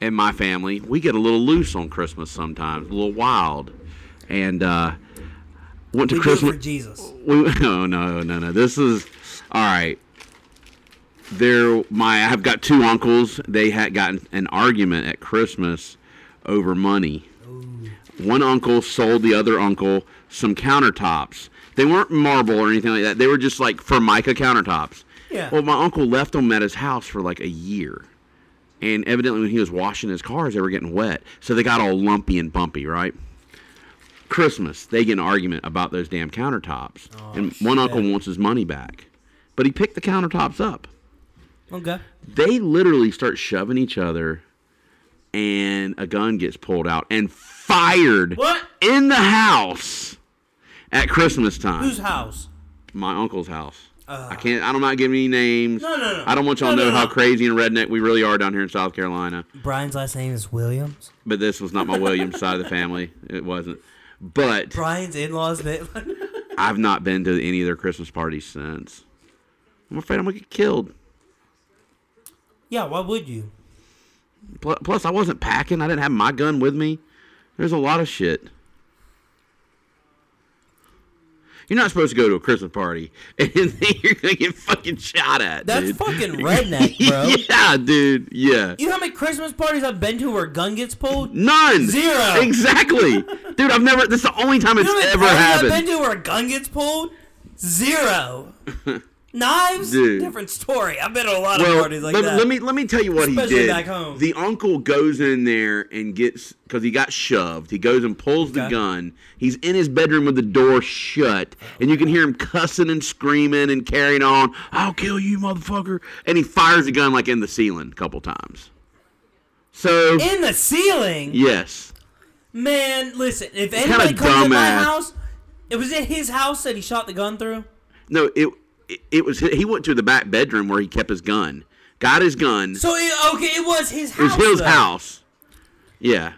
S2: And my family, we get a little loose on Christmas sometimes, a little wild. And uh went to
S1: We do it
S2: Christmas.
S1: for Jesus.
S2: We, oh no, no, no. This is all right. There, my I've got two uncles. They had gotten an argument at Christmas over money. One uncle sold the other uncle some countertops. They weren't marble or anything like that. They were just like Formica countertops.
S1: Yeah.
S2: Well, my uncle left them at his house for like a year. And evidently, when he was washing his cars, they were getting wet. So they got all lumpy and bumpy, right? Christmas, they get in an argument about those damn countertops.
S1: Oh,
S2: and one uncle wants his money back. But he picked the countertops up.
S1: Okay.
S2: They literally start shoving each other, and a gun gets pulled out and fired
S1: What?
S2: in the house at Christmas time.
S1: Whose house?
S2: My uncle's house. I can't. I'm not giving any names.
S1: Uh. No, no, no.
S2: I don't want y'all to
S1: No,
S2: know
S1: no,
S2: how
S1: no.
S2: crazy and redneck we really are down here in South Carolina.
S1: Brian's last name is Williams.
S2: But this was not my Williams side of the family. It wasn't. But
S1: Brian's in laws in Atlanta.
S2: I've not been to any of their Christmas parties since. I'm afraid I'm gonna get killed.
S1: yeah, why would you?
S2: Pl- Plus, I wasn't packing. I didn't have my gun with me. There's a lot of shit. You're not supposed to go to a Christmas party and then you're gonna get fucking shot at.
S1: That's
S2: dude.
S1: fucking redneck, bro.
S2: yeah, dude. Yeah.
S1: You know how many Christmas parties I've been to where a gun gets pulled?
S2: None.
S1: Zero.
S2: Exactly, dude. I've never. This is the only time it's
S1: You know how many
S2: ever
S1: parties
S2: happened.
S1: I've been to where a gun gets pulled? Zero. Knives?
S2: Dude.
S1: Different story. I've been to a lot of
S2: well,
S1: parties like
S2: let,
S1: that.
S2: let me let me tell you what
S1: Especially
S2: he did.
S1: back home.
S2: The uncle goes in there and gets because he got shoved. He goes and pulls the
S1: Okay.
S2: gun. He's in his bedroom with the door shut, and you can hear him cussing and screaming and carrying on. I'll kill you, motherfucker! And he fires the gun like in the ceiling a couple times. So
S1: in the ceiling?
S2: yes,
S1: Man, listen, if
S2: kinda
S1: anybody comes to my
S2: dumbass.
S1: house, it was at his house that he shot the gun through.
S2: no, it it, it was he went to the back bedroom where he kept his gun, got his gun.
S1: So, it, okay, it was his house.
S2: It was his
S1: though.
S2: house. Yeah.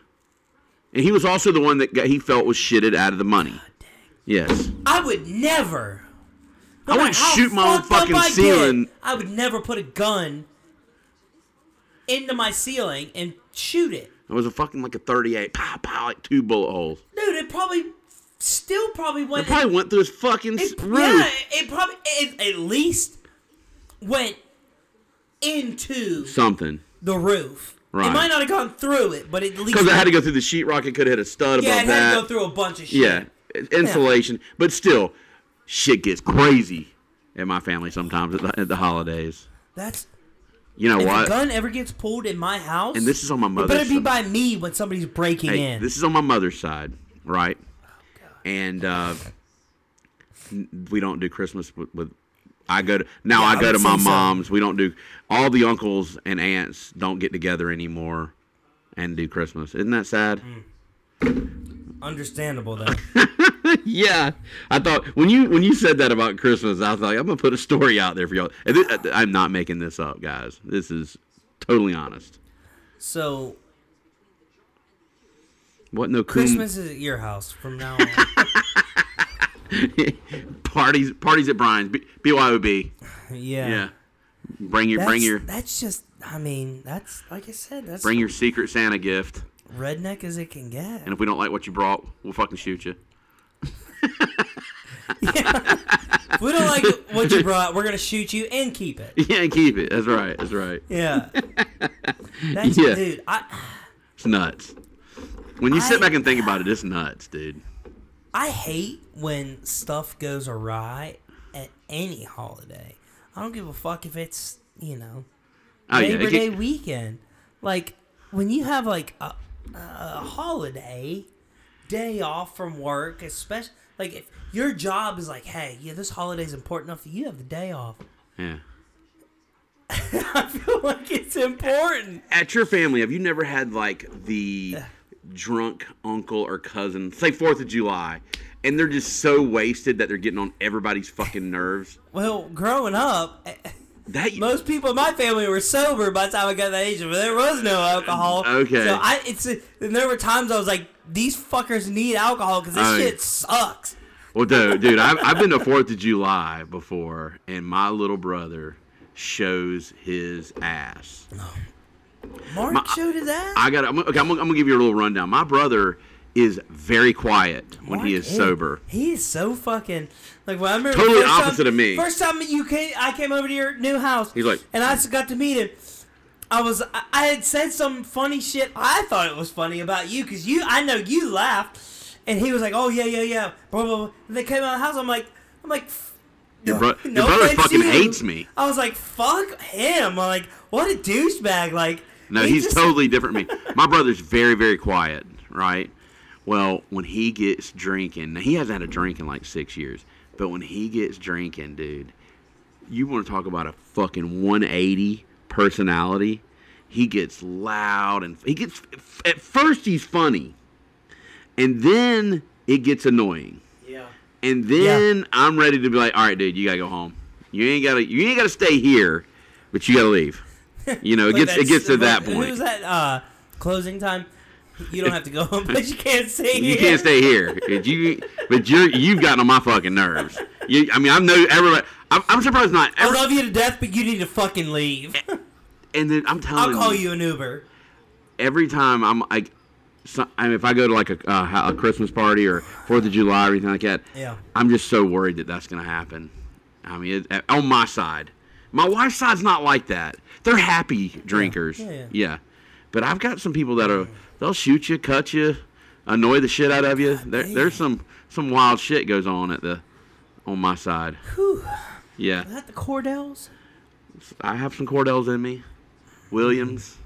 S2: And he was also the one that got, he felt was shitted out of the money. Yes.
S1: I would never. no
S2: I
S1: matter
S2: wouldn't
S1: how
S2: shoot my
S1: fucked
S2: own
S1: up
S2: fucking
S1: I get,
S2: ceiling.
S1: I would never put a gun into my ceiling and shoot it.
S2: It was a fucking like a 38. Pow, pow, like two bullet holes.
S1: Dude, it probably still probably
S2: It
S1: went.
S2: probably went through his fucking s-
S1: it,
S2: roof.
S1: yeah, it probably it, at least went into
S2: Something.
S1: the roof. It
S2: Right.
S1: might not have gone through it, but at least
S2: Because it had to go through the sheetrock. It could have hit a stud
S1: yeah,
S2: above
S1: it
S2: that.
S1: had to go through a bunch of shit.
S2: yeah. It's Insulation. But still, shit gets crazy in my family sometimes at the, at the holidays.
S1: that's
S2: You know
S1: if
S2: what?
S1: a gun ever gets pulled in my house.
S2: and this is on my
S1: it
S2: mother's
S1: better be
S2: side.
S1: by me when somebody's breaking
S2: Hey,
S1: in.
S2: this is on my mother's side, right?
S1: Oh,
S2: and uh, n- we don't do Christmas with. with I go to now.
S1: Yeah,
S2: I
S1: I
S2: go
S1: would
S2: to my
S1: say so.
S2: mom's. We don't do all the uncles and aunts don't get together anymore and do Christmas. Isn't that sad?
S1: Mm. Understandable though.
S2: yeah, I thought when you when you said that about Christmas, I was like, I'm gonna put a story out there for y'all. And thi- uh, I'm not making this up, guys. This is totally honest.
S1: so
S2: What no coon-
S1: Christmas is at your house from now on.
S2: parties parties at Brian's B- BYOB.
S1: yeah.
S2: Yeah, bring your
S1: That's,
S2: bring your
S1: that's just I mean, that's like I said, that's
S2: bring your secret Santa gift.
S1: redneck as it can get.
S2: And if we don't like what you brought, we'll fucking shoot you.
S1: If we don't like what you brought, we're gonna shoot you and keep it.
S2: Yeah, and keep it. That's right. That's right.
S1: Yeah. That's
S2: Yeah.
S1: dude, I
S2: It's nuts. When you sit
S1: I-
S2: back and think about it, it's nuts, dude.
S1: I hate when stuff goes awry at any holiday. I don't give a fuck if it's, you know,
S2: Oh yeah,
S1: Labor
S2: it
S1: Day
S2: get-
S1: weekend. Like when you have like a, a holiday day off from work, especially like if your job is like, hey, yeah, this holiday's important enough that you have the day off.
S2: yeah.
S1: I feel like it's important.
S2: At your family, have you never had like the drunk uncle or cousin, say Fourth of July, and they're just so wasted that they're getting on everybody's fucking nerves?
S1: Well, growing up, eh,
S2: That
S1: most people in my family were sober by the time I got that age, but there was no alcohol.
S2: Okay.
S1: So I it's and there were times I was like, these fuckers need alcohol because this
S2: Oh, yeah.
S1: shit sucks.
S2: Well, dude, dude, I've, I've been to Fourth of July before, and my little brother shows his ass.
S1: Mark showed his ass.
S2: I got. I'm, okay, I'm, gonna- I'm gonna give you a little rundown. My brother is very quiet when he
S1: Mark
S2: is sober.
S1: He is so fucking like when I remember
S2: Totally
S1: first time-
S2: opposite of me.
S1: First time you came, I came over to your new house.
S2: He's like-
S1: and I just got to meet him. I was I- I had said some funny shit. I thought it was funny about you because you I know you laughed, and he was like, "Oh yeah yeah yeah." Blah blah. blah. And they came out of the house. I'm like I'm like.
S2: Your, bro- your brother
S1: offense to
S2: fucking
S1: you.
S2: hates me.
S1: I was like, "Fuck him!" I'm like, "What a douchebag!" Like,
S2: No,
S1: he
S2: he's
S1: just-
S2: totally different than me. My brother's very, very quiet, right? Well, when he gets drinking, now he hasn't had a drink in like six years, but when he gets drinking, dude, you want to talk about a fucking 180 personality? He gets loud and he gets, at first, he's funny, and then it gets annoying.
S1: Yeah.
S2: and then I'm ready to be like, all right, dude, you gotta go home. You ain't gotta, you ain't gotta stay here, but you gotta leave. You know, it
S1: Like
S2: gets, it
S1: that's-
S2: gets to that
S1: what- Who was
S2: point.
S1: that? Uh, closing time. You don't have to go home, but you can't stay
S2: You
S1: here.
S2: can't stay here. If you, but you you've gotten on my fucking nerves. You, I mean, I know everybody. I'm, I'm surprised not.
S1: I
S2: Every,
S1: love you to death, but you need to fucking leave.
S2: and then I'm telling
S1: I'll call you an Uber.
S2: every time I'm like, so, I mean, if I go to like a, uh, ho- a Christmas party or Fourth of July or anything like that,
S1: Yeah.
S2: I'm just so worried that that's gonna happen. I mean, it, on my side, my wife's side's not like that. They're happy drinkers.
S1: yeah, yeah.
S2: but I've got some people that are they'll shoot you, cut you, annoy the shit out of you. There,
S1: damn.
S2: there's some some wild shit goes on at the on my side.
S1: Whew.
S2: Yeah,
S1: Is that the Cordells?
S2: I have some Cordells in me, Williams,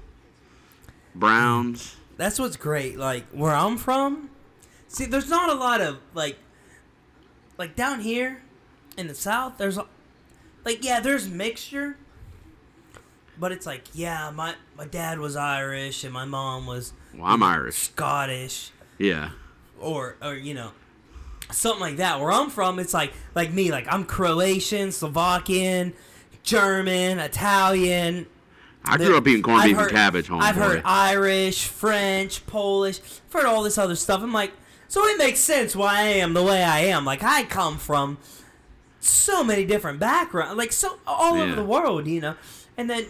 S2: Browns.
S1: That's what's great. Like where I'm from, see, there's not a lot of like, like down here in the South. There's, a- like, yeah, there's mixture, but it's like, yeah, my my dad was Irish and my mom was
S2: Well, I'm Irish.
S1: Scottish,
S2: Yeah.
S1: or or you know, something like that. Where I'm from, it's like like me, like I'm Croatian, Slovakian, German, Italian,
S2: I grew up eating corned
S1: I've
S2: beef
S1: heard-
S2: and cabbage, homeboy.
S1: I've heard Irish, French, Polish. I've heard all this other stuff. I'm like, so it makes sense why I am the way I am. Like I come from so many different backgrounds, like so all over
S2: Yeah.
S1: the world, you know. And then,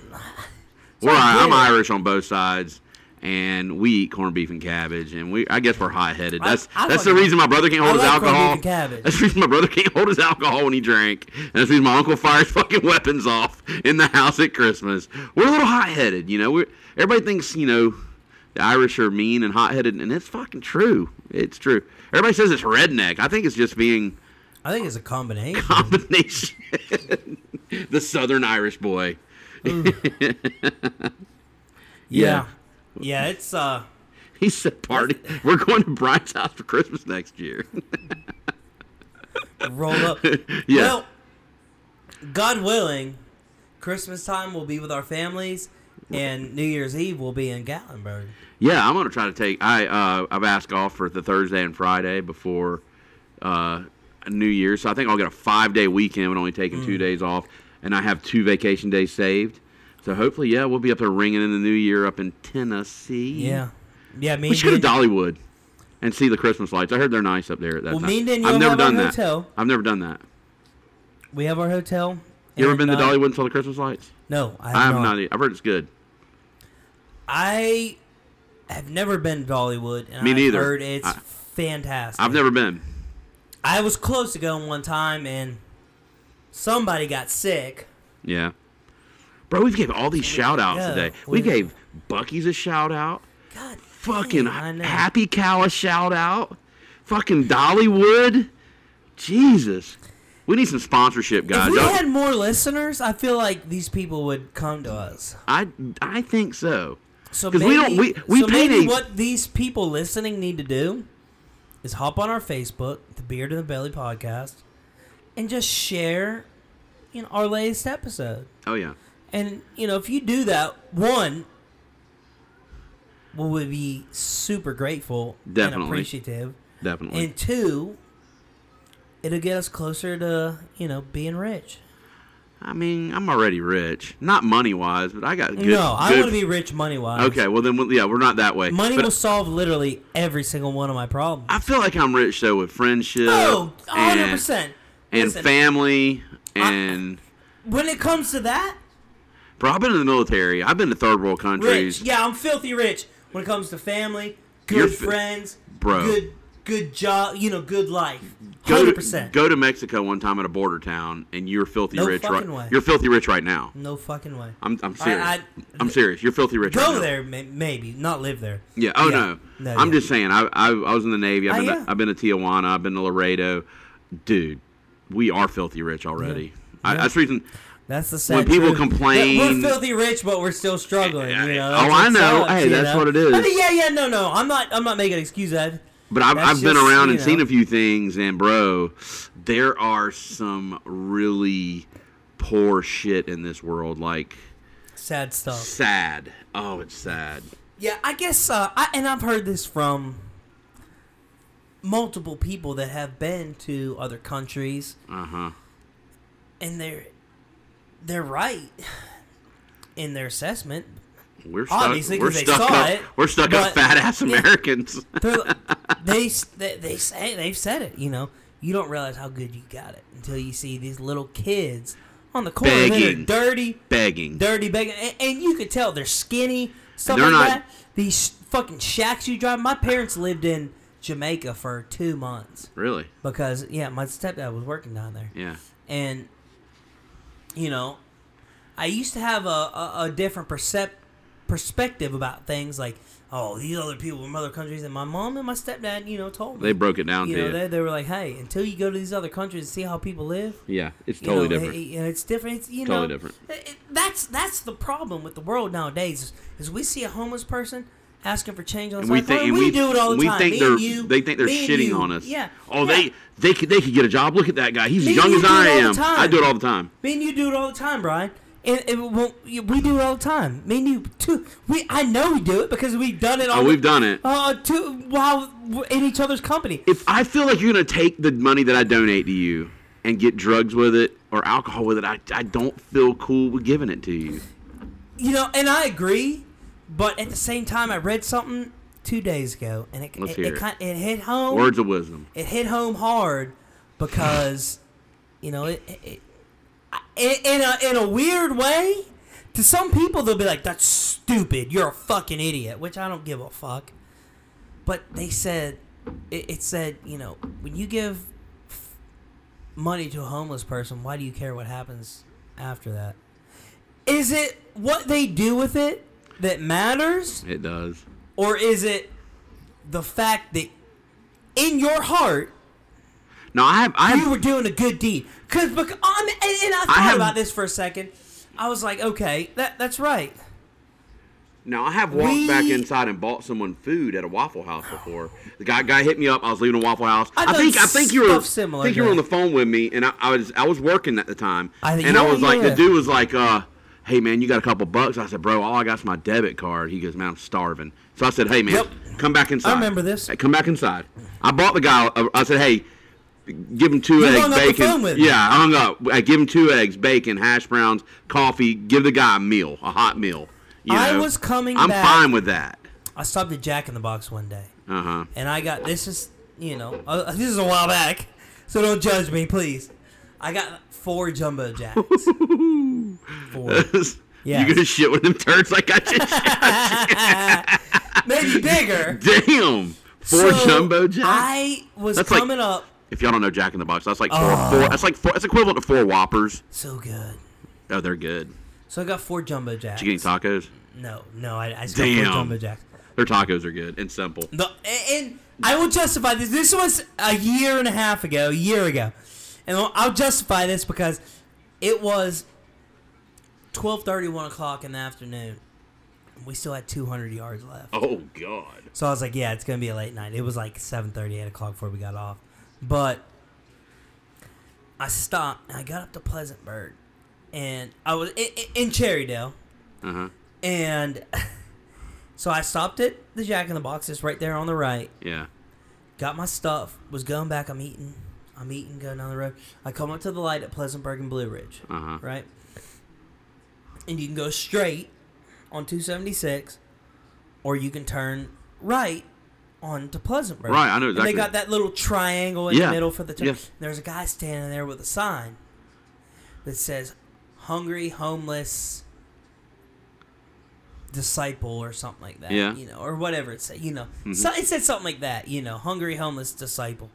S2: Well,
S1: I
S2: I, I'm
S1: get it.
S2: Irish on both sides, and we eat corned beef and cabbage, and we I guess we're high headed.
S1: I-
S2: That's
S1: I
S2: that's
S1: like-
S2: the reason my brother can't
S1: I
S2: hold his
S1: like corned beef
S2: alcohol.
S1: and cabbage.
S2: That's the reason my brother can't hold his alcohol when he drank, and that's the reason my uncle fires fucking weapons off in the house at Christmas. We're a little hot headed, you know. We're everybody thinks you know the Irish are mean and hot headed, and it's fucking true. It's true. Everybody says it's redneck. I think it's just being
S1: I think it's a combination.
S2: combination. the Southern Irish boy.
S1: yeah. yeah, It's uh,
S2: He said, "Party! We're going to Brian's house for Christmas next year."
S1: roll up.
S2: yeah,
S1: Well, God willing, Christmas time will be with our families, and New Year's Eve will be in Gatlinburg.
S2: yeah. I'm gonna try to take. I uh, I've asked off for the Thursday and Friday before uh, New Year's, so I think I'll get a five day weekend and only taking
S1: Mm.
S2: two days off, and I have two vacation days saved. So hopefully, yeah, we'll be up there ringing in the new year up in Tennessee.
S1: Yeah, yeah. Me
S2: we should go
S1: and
S2: to Dollywood and see the Christmas lights. I heard they're nice up there. At that
S1: Well,
S2: time.
S1: me and Danielle
S2: I've never
S1: have our
S2: done that.
S1: hotel.
S2: I've never done that.
S1: We have our hotel.
S2: You ever
S1: and,
S2: been to
S1: uh,
S2: Dollywood and saw the Christmas lights?
S1: No, I have,
S2: I have
S1: not.
S2: not. e- either. I've heard it's good.
S1: I have never been to Dollywood, and
S2: Me
S1: I've
S2: neither.
S1: heard it's
S2: I-
S1: fantastic.
S2: I've never been.
S1: I was close to going one time, and somebody got sick.
S2: Yeah. Bro, we've gave all these shout outs
S1: go.
S2: today. We
S1: We-
S2: gave Bucky's a shout out.
S1: God,
S2: Fucking
S1: dang, I know.
S2: Happy Cow a shout out. Fucking Dollywood. Jesus. We need some sponsorship,
S1: if
S2: guys.
S1: we
S2: Y'all-
S1: had more listeners, I feel like these people would come to us.
S2: I I think so.
S1: So
S2: 'Cause
S1: maybe,
S2: we don't- we- we
S1: so
S2: paid
S1: maybe
S2: a-
S1: what these people listening need to do is hop on our Facebook, the Beard and the Belly podcast, and just share, you know, our latest episode.
S2: Oh yeah.
S1: And you know, if you do that, one, we would be super grateful
S2: Definitely.
S1: and appreciative,
S2: Definitely.
S1: and two, it'll get us closer to you know being rich.
S2: I mean, I'm already rich. Not money wise, but I got good.
S1: no, I
S2: good-
S1: want to be rich money wise.
S2: Okay, well then we- yeah, we're not that way.
S1: money
S2: But
S1: will solve literally every single one of my problems.
S2: I feel like I'm rich though with friendship
S1: oh, 100
S2: and,
S1: percent.
S2: and
S1: Listen,
S2: family and
S1: when it comes to that,
S2: Bro, I've been in the military. I've been to third world countries.
S1: rich. Yeah, I'm filthy rich when it comes to family, good
S2: You're fi-
S1: friends,
S2: Bro.
S1: good good job, you know, good life.
S2: Go
S1: Hundred
S2: to,
S1: percent.
S2: go to Mexico one time at a border town, and you're filthy
S1: No
S2: rich. Right,
S1: fucking way.
S2: you're filthy rich right now.
S1: No fucking way.
S2: I'm, I'm serious. I,
S1: I-
S2: am serious. You're filthy rich. right
S1: Go
S2: now.
S1: there, may- maybe not live there.
S2: Yeah. Oh
S1: Yeah.
S2: no.
S1: No,
S2: I'm
S1: yeah.
S2: just saying. I, I I was in the Navy. I've
S1: Oh,
S2: been
S1: yeah.
S2: to, I've been to Tijuana. I've been to Laredo. Dude, we are filthy rich already. I, that's the reason.
S1: That's the sad
S2: When people
S1: truth.
S2: complain-
S1: We're- we're filthy rich, but we're still struggling. You know?
S2: Oh,
S1: That's
S2: I
S1: what
S2: know.
S1: sucks,
S2: Hey,
S1: you
S2: that's
S1: know?
S2: what it is.
S1: I mean, yeah, yeah, no, no. I'm not. I'm not making excuses. I-
S2: But I've,
S1: That's
S2: I've been
S1: just,
S2: around
S1: you
S2: and seen
S1: know.
S2: a few things, and bro, there are some really poor shit in this world. Like
S1: Sad stuff.
S2: sad. Oh, it's sad.
S1: Yeah, I guess. Uh, I, and I've heard this from multiple people that have been to other countries,
S2: Uh huh.
S1: and they're they're right in their assessment.
S2: We're stuck.
S1: Obviously, 'cause
S2: we're,
S1: they
S2: stuck
S1: saw
S2: up,
S1: it,
S2: we're stuck
S1: but-
S2: up fat ass Americans.
S1: They're, they they they say they've said it. You know, you don't realize how good you got it until you see these little kids on the corner that are
S2: Begging.
S1: dirty,
S2: Begging.
S1: dirty begging, and, and you could tell they're skinny, stuff
S2: They're
S1: like
S2: not-
S1: that. These fucking shacks you drive. My parents lived in Jamaica for two months
S2: Really?
S1: because yeah, my stepdad was working down there.
S2: Yeah.
S1: and you know i used to have a, a, a different percep- perspective about things like oh these other people from other countries and my mom and my stepdad you know told me
S2: They broke it down
S1: you
S2: to
S1: know
S2: you.
S1: they, they were like hey until you go to these other countries and see how people live
S2: yeah, it's
S1: you
S2: totally
S1: know,
S2: different.
S1: it- it- it's different it's you
S2: Totally
S1: know
S2: different.
S1: it- it- that's that's the problem with the world nowadays is, is we see a homeless person asking for change on the
S2: we
S1: sidewalk.
S2: think and
S1: we,
S2: we,
S1: do it all the
S2: we
S1: time
S2: think
S1: Me
S2: they're
S1: and you,
S2: they think they're
S1: me and
S2: shitting
S1: you.
S2: on us.
S1: yeah yeah.
S2: Oh, they they could they could get a job. Look at that guy. He's as
S1: Me and
S2: young
S1: you
S2: as
S1: do it
S2: I
S1: all the
S2: am. I
S1: time.
S2: do it all the time.
S1: Me and you do it all the time, Brian. And, and well, you- we do it all the time. Me and you too. We I know we do it because we've done it. All
S2: Oh,
S1: the-
S2: we've done it.
S1: Uh, to while we're in each other's company.
S2: If I feel like you're gonna take the money that I donate to you and get drugs with it or alcohol with it, I, I don't feel cool with giving it to you.
S1: You know, and I agree, but at the same time, I read something two days ago, and it
S2: Let's
S1: it,
S2: hear
S1: it,
S2: it.
S1: kind it hit home.
S2: Words of wisdom.
S1: It hit home hard because, you know, it, it, it in a in a weird way. To some people, they'll be like, "That's stupid. You're a fucking idiot," which I don't give a fuck. But they said, it, it said, you know, when you give f- money to a homeless person, why do you care what happens after that? Is it what they do with it that matters?
S2: It does.
S1: Or is it the fact that in your heart
S2: No, I have, I have
S1: you were doing a good deed? Cause, bec- I'm, and, and I thought
S2: have-
S1: about this for a second. I was like, okay, that that's right.
S2: Now I have walked
S1: We-
S2: back inside and bought someone food at a Waffle House before. The guy guy hit me up. I was leaving a Waffle House.
S1: I've
S2: I think
S1: done
S2: I think you were
S1: stuff similar
S2: think you
S1: to
S2: were on
S1: that.
S2: the phone with me, and I, I was I was working at the time.
S1: I think-
S2: and I
S1: yeah,
S2: was like, the
S1: yeah.
S2: dude was like, uh, "Hey man, you got a couple bucks?" I said, "Bro, all I got's my debit card." He goes, "Man, I'm starving." So I said, "Hey man,
S1: Yep.
S2: come back inside."
S1: remember this.
S2: Hey, come back inside. I bought the guy. a- I said, "Hey." Give him two
S1: You
S2: eggs,
S1: hung up the
S2: bacon.
S1: phone with him.
S2: yeah, I hung up. I give him two eggs, bacon, hash browns, coffee. Give the guy a meal, a hot meal. You
S1: I
S2: know?
S1: was coming
S2: I'm
S1: back-
S2: fine with that.
S1: I stopped at Jack in the Box one day,
S2: Uh huh.
S1: and I got this is you know uh, this is a while back, so don't judge me, please. I got four jumbo jacks. four.
S2: You gonna shit with them turds like I just
S1: maybe bigger.
S2: damn four
S1: So,
S2: jumbo jacks.
S1: I was
S2: That's like-
S1: coming up
S2: if y'all don't know Jack in the Box, that's like four.
S1: Ah.
S2: four that's like four. That's equivalent to four Whoppers.
S1: so good.
S2: Oh, they're good.
S1: So I got four jumbo jacks.
S2: Chicken tacos.
S1: No, no, I, I just got
S2: Damn.
S1: four jumbo jacks.
S2: Their tacos are good and simple.
S1: The and, and I will justify this. This was a year and a half ago, a year ago, and I'll- I'll justify this because it was twelve thirty, one o'clock in the afternoon. We still had two hundred yards left.
S2: Oh God.
S1: So I was like, yeah, it's gonna be a late night. It was like 7:30, 8 o'clock before we got off. But I stopped and I got up to Pleasantburg, and I was in, in Cherrydale,
S2: Uh huh.
S1: and so I stopped at the Jack in the Box. It's right there on the right.
S2: Yeah.
S1: Got my stuff. Was going back. I'm eating. I'm eating. Going down the road. I come up to the light at Pleasantburg and Blue Ridge
S2: Uh huh.
S1: right? And you can go straight on 276, or you can turn right onto Pleasantburg.
S2: Right, I know
S1: And
S2: exactly.
S1: they got that little triangle in
S2: Yeah,
S1: the middle for the turn.
S2: yes.
S1: There's a guy standing there with a sign that says "Hungry Homeless Disciple" or something like that.
S2: Yeah. Mm-hmm.
S1: you know, or whatever it said. You know, so, it said something like that. You know, "Hungry Homeless Disciple."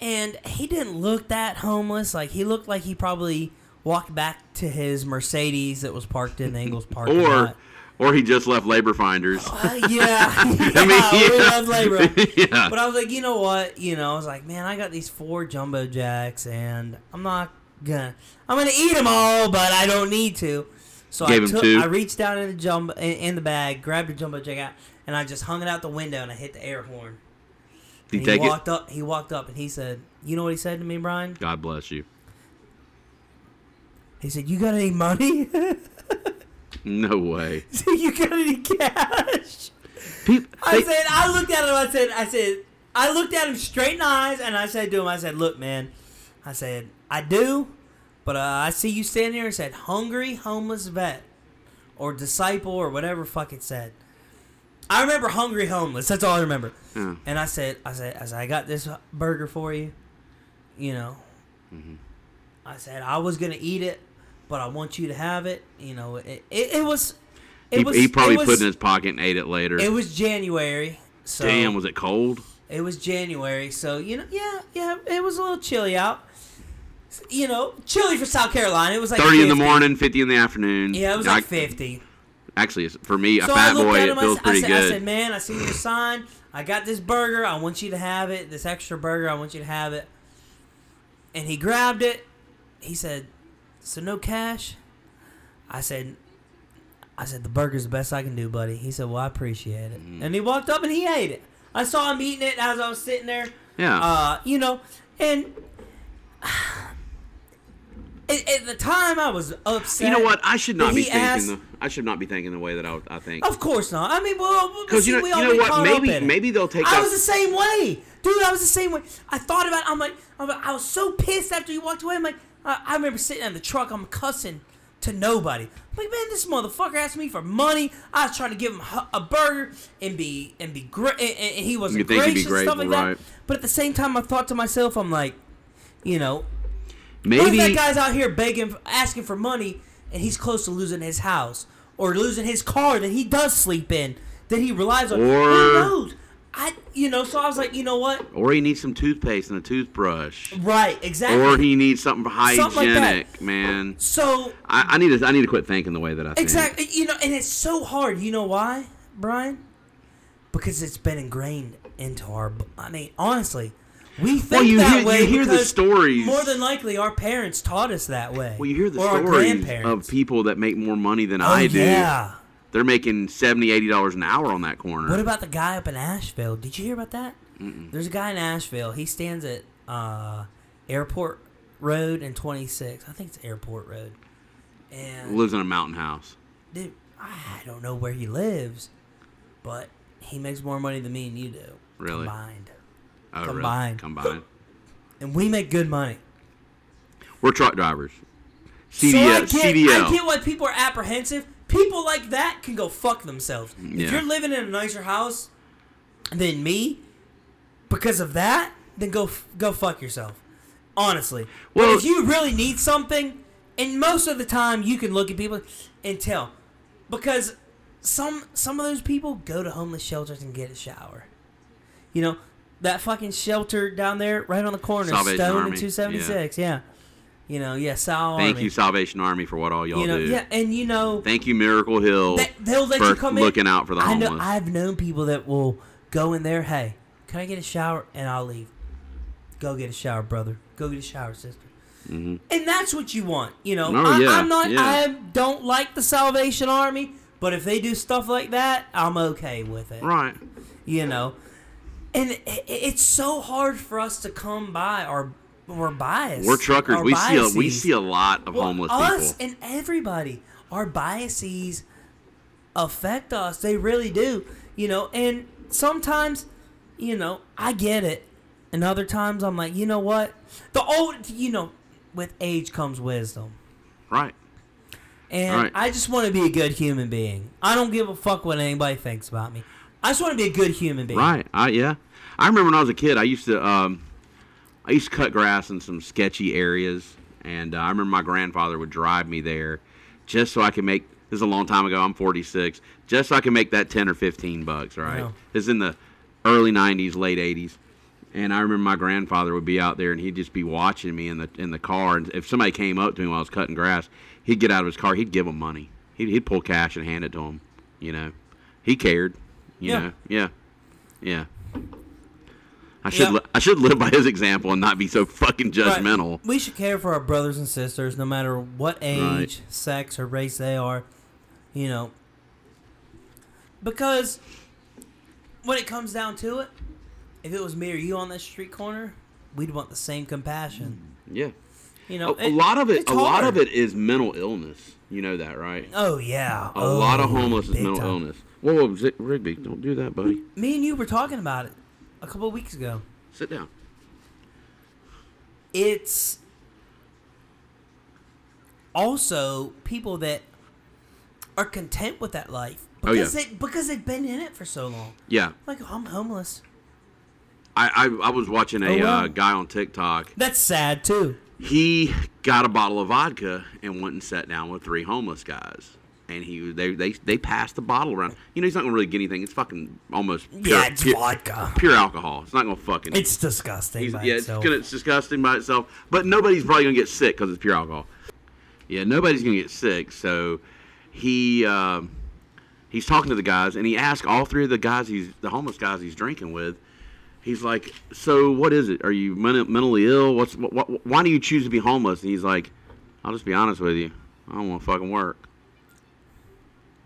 S1: and he didn't look that homeless. Like he looked like he probably walked back to his Mercedes that was parked in Angles Park.
S2: Or, or he just left Labor Finders.
S1: Uh, yeah, yeah,
S2: I mean,
S1: we
S2: yeah.
S1: love labor.
S2: yeah.
S1: But I was like, you know what? You know, I was like, man, I got these four jumbo jacks, and I'm not gonna. I'm gonna eat them all, but I don't need to. So
S2: Gave
S1: I
S2: him
S1: took.
S2: two.
S1: I reached down in the jumbo in, in the bag, grabbed a jumbo jack out, and I just hung it out the window, and I hit the air horn.
S2: Did he
S1: And
S2: take it?
S1: walked up. He walked up, and he said, "You know what he said to me, Brian?
S2: God bless you.
S1: He said, "You got any money?
S2: No way.
S1: He said, you got any cash?"
S2: People,
S1: I said, I looked at him. I said, I said, I looked at him straight in the eyes, and I said to him, I said, "Look, man," I said, "I do, but uh, I see you standing here." and said, "Hungry homeless vet or disciple or whatever fuck it said. I remember hungry homeless. That's all I remember.
S2: Yeah.
S1: And I said, I said, I said, I got this burger for you. You know,
S2: Mm-hmm.
S1: I said I was gonna eat it, but I want you to have it. You know, it it, it was. It
S2: He,
S1: was,
S2: he probably
S1: it was,
S2: put it in his pocket and ate it later.
S1: It was January. So
S2: Damn, was it cold?
S1: it was January, so you know, yeah, yeah, it was a little chilly out. You know, chilly for South Carolina. It was like
S2: Thirty in the
S1: 50.
S2: morning, fifty in the afternoon.
S1: Yeah, it was
S2: I-
S1: like fifty.
S2: Actually, it's- for me, a
S1: so I
S2: fat
S1: looked
S2: boy,
S1: at
S2: it
S1: him. I
S2: feels
S1: s- I,
S2: pretty
S1: said, I
S2: good.
S1: said, "Man, I seen your sign. I got this burger. I want you to have it. This extra burger. I want you to have it." And he grabbed it. He said, "So no cash?" I said, "I said the burger's the best I can do, buddy." He said, "Well, I appreciate it."
S2: Mm.
S1: And he walked up and he ate it. I saw him eating it as I was sitting there.
S2: yeah,
S1: uh, you know, and at, at the time I was upset.
S2: you know what? I should not
S1: Did
S2: be
S1: he Oh,
S2: thinking.
S1: ask-
S2: the, I should not be thinking the way that I, I think.
S1: Of course not. I mean, well,
S2: Because you know,
S1: we
S2: you know
S1: already
S2: what?
S1: caught up
S2: Maybe
S1: in it.
S2: maybe they'll take
S1: I
S2: that.
S1: was the same way, dude. I was the same way. I thought about. It, I'm like, I'm like, I was so pissed after you walked away. I'm like, I, I remember sitting in the truck. I'm cussing to nobody. I'm like, man, this motherfucker asked me for money. I was trying to give him hu- a burger and be and be great, and, and- and he wasn't
S2: You'd think he'd be
S1: gracious and stuff like
S2: grateful,
S1: that.
S2: right.
S1: But at the same time, I thought to myself, I'm like, you know, what if that
S2: maybe
S1: guy's out here begging, asking for money, and he's close to losing his house or losing his car that he does sleep in, that he relies on?
S2: Or-
S1: Who knows? I, you know, so I was like, you know what?
S2: or he needs some toothpaste and a toothbrush,
S1: Right, exactly.
S2: or he needs something hygienic,
S1: Something like that.
S2: man.
S1: so
S2: I, I need to I need to quit thinking the way that I think.
S1: exactly, you know, and it's so hard. You know why, Brian? Because it's been ingrained into our. b- I mean, honestly, we think
S2: you
S1: that
S2: hear- you
S1: way.
S2: hear the
S1: because
S2: stories.
S1: More than likely, our parents taught us that way.
S2: Well, you hear the
S1: or our
S2: stories
S1: grandparents.
S2: of people that make more money than
S1: Oh,
S2: I do.
S1: Yeah.
S2: They're making 70 dollars an hour on that corner.
S1: What about the guy up in Asheville? Did you hear about that? There's a guy in Asheville. He stands at uh, Airport Road and 26. I think it's Airport Road. And
S2: Lives in a mountain house.
S1: dude, I don't know where he lives, but he makes more money than me and you do
S2: Really?
S1: combined.
S2: Oh, really?
S1: Combined.
S2: Combined.
S1: And we make good money.
S2: We're truck drivers.
S1: So
S2: CDL.
S1: I get,
S2: CDL.
S1: I get why people are apprehensive. People like that can go fuck themselves.
S2: Yeah.
S1: If you're living in a nicer house than me, because of that, then go f- go fuck yourself. Honestly, well,
S2: Well-
S1: if you really need something, and most of the time you can look at people and tell, because some some of those people go to homeless shelters and get a shower. You know that fucking shelter down there, right on the corner,
S2: Salvation
S1: Stone
S2: Army,
S1: and
S2: yeah.
S1: two seventy six. Yeah. you know, yeah, Sal
S2: Thank
S1: Army
S2: you, Salvation Army, for what all y'all
S1: you know,
S2: do.
S1: yeah, and you know,
S2: Thank you, Miracle Hill,
S1: that, they'll let
S2: for
S1: you come in.
S2: looking out for the
S1: I
S2: homeless.
S1: know, I've known people that will go in there. Hey, can I get a shower? And I'll leave. Go get a shower, brother. Go get a shower, sister. And that's what you want, you know.
S2: Mm-hmm. Oh,
S1: I,
S2: yeah,
S1: I'm not.
S2: yeah.
S1: I don't like the Salvation Army, but if they do stuff like that, I'm okay with it
S2: right.
S1: you know and i- i it's so hard for us to come by our we're biased
S2: We're truckers.
S1: our
S2: We see a, we
S1: biases.
S2: see a lot of
S1: Well,
S2: homeless
S1: us
S2: people.
S1: and everybody our biases affect us they really do you know and sometimes you know i get it and other times i'm like you know what the old you know with age comes wisdom
S2: Right.
S1: and
S2: Alright.
S1: I just want to be a good human being. I don't give a fuck what anybody thinks about me. I just want to be a good human being.
S2: Right. I yeah. I remember when I was a kid, I used to um, I used to cut grass in some sketchy areas, and uh, I remember my grandfather would drive me there, just so I could make. This is a long time ago. I'm 46. Just so I could make that 10 or 15 bucks. Right.
S1: Yeah.
S2: This is in the early 90s, late 80s. And I remember my grandfather would be out there, and he'd just be watching me in the in the car. And if somebody came up to me while I was cutting grass, he'd get out of his car. He'd give him money. He'd, he'd pull cash and hand it to him. You know, he cared. You
S1: Yeah.
S2: know, yeah, yeah. I should
S1: Yeah.
S2: li- I should live by his example and not be so fucking
S1: Right.
S2: judgmental.
S1: We should care for our brothers and sisters, no matter what age,
S2: Right.
S1: sex, or race they are. You know, because when it comes down to it, if it was me or you on that street corner, we'd want the same compassion.
S2: Yeah,
S1: You
S2: a,
S1: know,
S2: a lot of it.
S1: it's
S2: A lot
S1: hard.
S2: of it is mental illness. You know that, right?
S1: Oh yeah, Oh,
S2: A lot of homeless
S1: homelessness,
S2: is mental illness. Whoa, whoa, Zi- Rigby, don't do that, buddy.
S1: Me and you were talking about it a couple of weeks ago.
S2: Sit down.
S1: it's also people that are content with that life
S2: Oh, yeah.
S1: because they because they've been in it for so long.
S2: Yeah,
S1: Like I'm homeless.
S2: I I, I was watching a
S1: Oh, wow.
S2: uh, guy on TikTok.
S1: That's sad too.
S2: He got a bottle of vodka and went and sat down with three homeless guys. And he they they they passed the bottle around. You know he's not gonna really get anything. It's fucking almost pure,
S1: yeah, it's
S2: pure,
S1: vodka.
S2: pure alcohol. It's not gonna fucking.
S1: It's disgusting.
S2: He's-
S1: by
S2: yeah,
S1: itself.
S2: it's, gonna, it's disgusting by itself. But nobody's probably gonna get sick because it's pure alcohol. Yeah, nobody's gonna get sick. So he um, he's talking to the guys, and he asked all three of the guys he's the homeless guys he's drinking with. He's like, "So what is it? Are you men- mentally ill? What's what, what, why do you choose to be homeless?" And he's like, "I'll just be honest with you. I don't want to fucking work."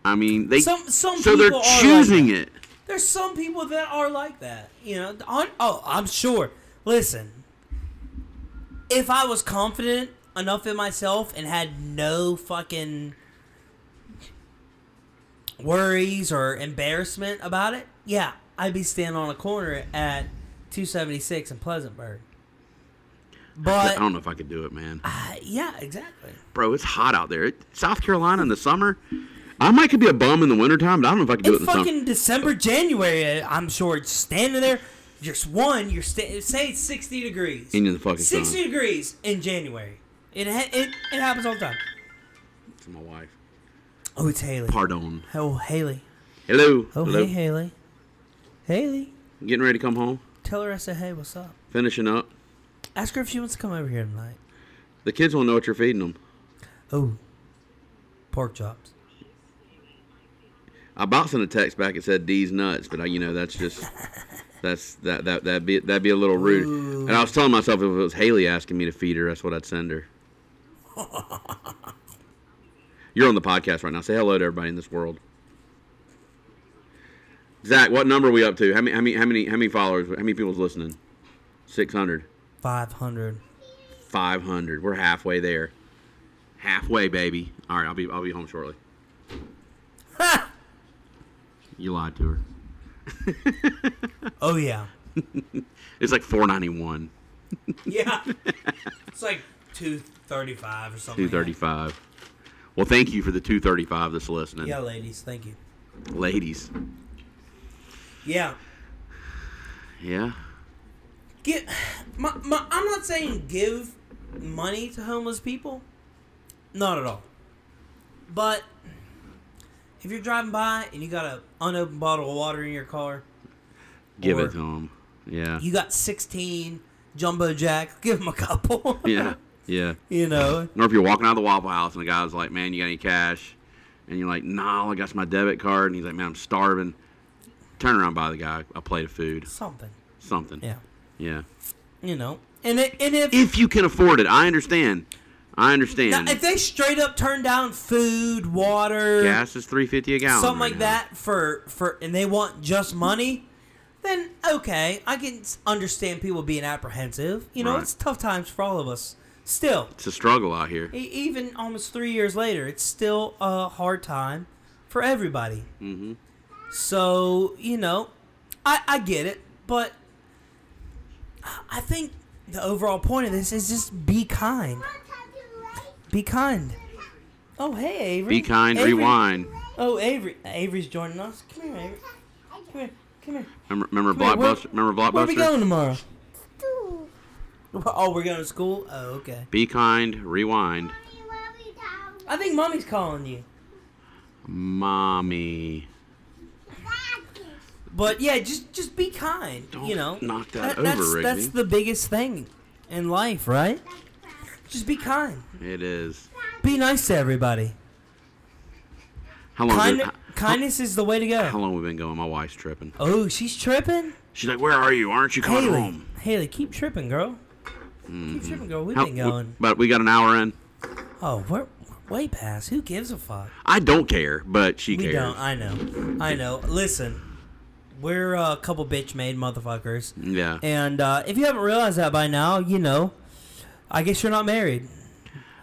S2: I mean, they
S1: Some- some
S2: so they're
S1: people are like
S2: choosing it.
S1: There's some people that are like that. You know, on, oh, I'm sure. Listen, if I was confident enough in myself and had no fucking worries or embarrassment about it, yeah, I'd be standing on a corner at 276 in Pleasantburg.
S2: I
S1: But
S2: don't know if I could do it, man.
S1: uh, yeah, exactly.
S2: bro, it's hot out there. It, South Carolina in the summer. I might could be a bum in the wintertime, but I don't know if I could do it
S1: In
S2: in the summer.
S1: fucking December, January, I'm sure it's standing there. Just one, you're sta- say it's 60 degrees.
S2: In the fucking sun.
S1: 60 degrees in January. It, ha- it it happens all the time.
S2: It's my wife.
S1: Oh, it's Haley.
S2: Pardon.
S1: Oh, Haley.
S2: Hello.
S1: Oh,
S2: Hello.
S1: hey, Haley. Haley,
S2: Getting ready to come home.
S1: tell her I said, hey, what's up?
S2: Finishing up.
S1: Ask her if she wants to come over here tonight.
S2: The kids won't know what you're feeding them.
S1: Oh, pork chops.
S2: I about sent a text back. It said D's nuts, but I, you know that's just that's that that that be that'd be a little rude. And I was telling myself if it was Haley asking me to feed her, that's what I'd send her. You're on the podcast right now. Say hello to everybody in this world. Zach, what number are we up to? How many how many how many how many followers? How many people's listening? 600,
S1: 500.
S2: 500. We're halfway there. Halfway, baby. All right, I'll be I'll be home shortly.
S1: Ha!
S2: You lied to her.
S1: Oh, yeah.
S2: It's like 491.
S1: Yeah. it's like 235 or something.
S2: Two
S1: like that.
S2: thirty-five. Well, thank you for the two thirty-five that's listening,
S1: Yeah, ladies. Thank you.
S2: ladies.
S1: Yeah.
S2: Yeah,
S1: Give, my, my, I'm not saying give money to homeless people. Not at all. But if you're driving by and you got an unopened bottle of water in your car,
S2: give
S1: Or-
S2: it to them. Yeah,
S1: you got 16 jumbo jacks, give them a couple.
S2: yeah, yeah.
S1: you know?
S2: Or if you're walking out of the Waffle House and the guy's like, "Man, you got any cash?" and you're like, "Nah, all I got's my debit card," and he's like, "Man, I'm starving." Turn around by the guy, a plate of food,
S1: Something.
S2: something.
S1: Yeah.
S2: yeah.
S1: You know? And, it, and if,
S2: If you can afford it, I understand. I
S1: now,
S2: understand.
S1: if they straight up turn down food, water,
S2: Gas is three fifty a gallon.
S1: something
S2: right
S1: like
S2: now.
S1: that for for and they want just money then okay i can s- understand people being apprehensive you know
S2: Right.
S1: it's tough times for all of us still
S2: It's a struggle out here.
S1: e- even almost three years later it's still a hard time for everybody mm-hmm. so you know i i get it but I- i think the overall point of this is just be kind be kind oh hey avery
S2: Be kind.
S1: Avery-
S2: Rewind.
S1: Oh, Avery. Avery's joining us. Come here, Avery. Come here. Come here.
S2: Remember, remember
S1: Come here, where-
S2: Blockbuster. remember Blockbuster.
S1: Where are we going tomorrow? Oh, we're going to school? Oh, okay.
S2: Be kind. Rewind.
S1: I think mommy's calling you.
S2: Mommy.
S1: But yeah, just just be kind, you know.
S2: Don't knock that
S1: that's,
S2: over,
S1: That's
S2: Rigby.
S1: the biggest thing in life, right? Just be kind.
S2: It is.
S1: Be nice to everybody.
S2: How long?
S1: Kind,
S2: how,
S1: kindness is the way to
S2: how
S1: go.
S2: long we been going? My wife's tripping.
S1: Oh, she's tripping?
S2: She's like, "Where are you? Aren't you coming
S1: Haley.
S2: home?"
S1: Haley, keep tripping, girl. Keep tripping, girl. We've
S2: How-
S1: been
S2: w-
S1: going.
S2: but we got an hour in.
S1: Oh, we're, we're way past. Who gives a fuck?
S2: I don't care, but she
S1: We
S2: cares.
S1: don't. I know. I know. Listen, we're uh, a couple bitch made motherfuckers,
S2: yeah.
S1: and uh, if you haven't realized that by now, you know, I guess you're not married.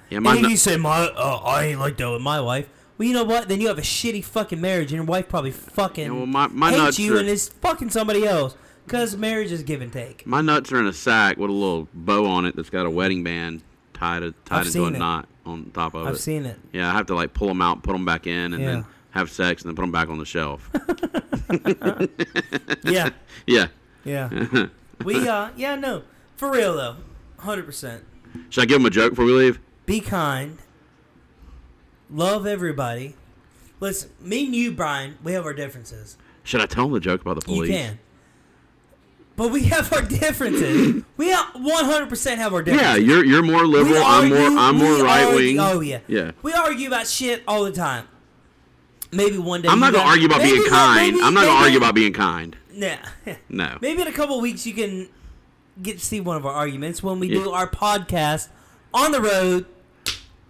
S2: Yeah.
S1: And
S2: Mine's
S1: if
S2: not,
S1: you say my, uh, I ain't like that with my wife. Well, you know what? Then you have a shitty fucking marriage, and your wife probably fucking
S2: Yeah, well, my- my
S1: hates
S2: nuts
S1: you
S2: are-
S1: and is fucking somebody else. Cause marriage is give and take.
S2: my nuts are in a sack with a little bow on it that's got a wedding band tied a, tied
S1: I've
S2: into a
S1: seen it.
S2: knot on top of
S1: I've
S2: it.
S1: seen it.
S2: Yeah, I have to like pull them out, put them back in, and
S1: Yeah.
S2: then have sex, and then put them back on the shelf.
S1: Yeah,
S2: yeah.
S1: yeah. we uh, yeah, no, for real though, hundred percent.
S2: Should I give them a joke before we leave?
S1: Be kind. Love everybody. Listen, me and you, Brian, we have our differences.
S2: Should I tell them the joke about the police?
S1: You can. But we have our differences. we have, 100% have our
S2: Yeah,
S1: differences.
S2: you're you're more liberal. I'm more
S1: argue-
S2: I'm more
S1: we
S2: right wing.
S1: argue- Oh, yeah.
S2: Yeah.
S1: We argue about shit all the time. Maybe one day.
S2: I'm
S1: you
S2: not gonna
S1: gotta-
S2: argue about
S1: maybe
S2: being
S1: one-
S2: kind.
S1: maybe-
S2: I'm not gonna
S1: maybe-
S2: argue about being kind.
S1: Nah.
S2: No.
S1: maybe in a couple weeks you can get to see one of our arguments when we do
S2: Yeah.
S1: our podcast on the road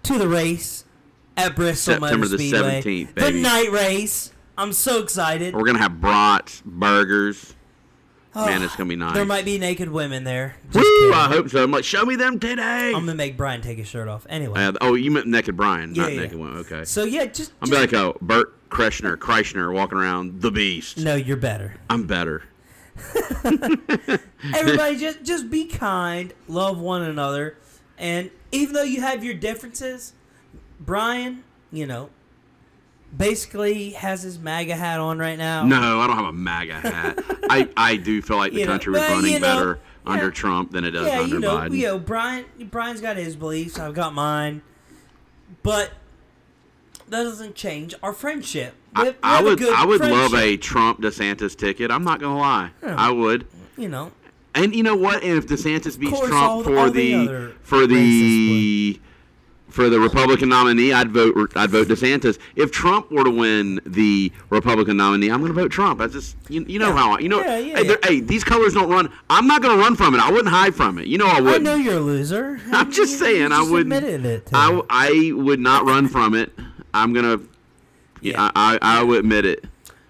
S1: to the race at Bristol
S2: September
S1: Motor
S2: the
S1: Speedway.
S2: 17th,
S1: The
S2: baby.
S1: night race. I'm so excited.
S2: We're gonna have brats, burgers.
S1: Oh,
S2: Man, it's gonna be nice.
S1: There might be naked women there. Just
S2: Woo!
S1: kidding.
S2: I hope so. I'm like, show me them today.
S1: I'm gonna make Brian take his shirt off. Anyway.
S2: Uh, oh, you meant naked Brian,
S1: Yeah,
S2: not
S1: yeah,
S2: naked
S1: yeah.
S2: one. Okay.
S1: so yeah, just,
S2: I'm
S1: just-
S2: like a Bert Kreshner, Kreshner walking around the beast.
S1: no, you're better.
S2: I'm better.
S1: Everybody, just just be kind, love one another, and even though you have your differences, Brian, you know, basically has his MAGA hat on right now.
S2: No, I don't have a MAGA hat. I, I do feel like the
S1: You know,
S2: country was
S1: but,
S2: running
S1: you know,
S2: better
S1: yeah.
S2: under Trump than it does
S1: yeah,
S2: under
S1: you know,
S2: Biden.
S1: you know, Brian. Brian's got his beliefs. I've got mine, but that doesn't change our friendship. We
S2: I,
S1: have- we
S2: I
S1: have a
S2: would
S1: good
S2: I would love
S1: friendship,
S2: a Trump DeSantis ticket. I'm not gonna lie. I would.
S1: you know.
S2: And you know what? And if DeSantis beats
S1: course,
S2: Trump
S1: all the-
S2: for
S1: all the
S2: the,
S1: other
S2: for the for the Republican nominee, I'd vote I'd vote DeSantis. If Trump were to win the Republican nominee, I'm going to vote Trump. I just you, you know
S1: Yeah.
S2: how I, you know
S1: Yeah, yeah,
S2: hey, there- hey these colors don't run. I'm not going to run from it. I wouldn't hide from it. You know I
S1: I
S2: wouldn't.
S1: know you're a loser.
S2: I'm just
S1: You- you
S2: saying I
S1: just
S2: wouldn't-
S1: Admitted it. to
S2: I,
S1: me.
S2: w- I would not run from it. I'm going to
S1: Yeah.
S2: yeah. I, I I will admit it.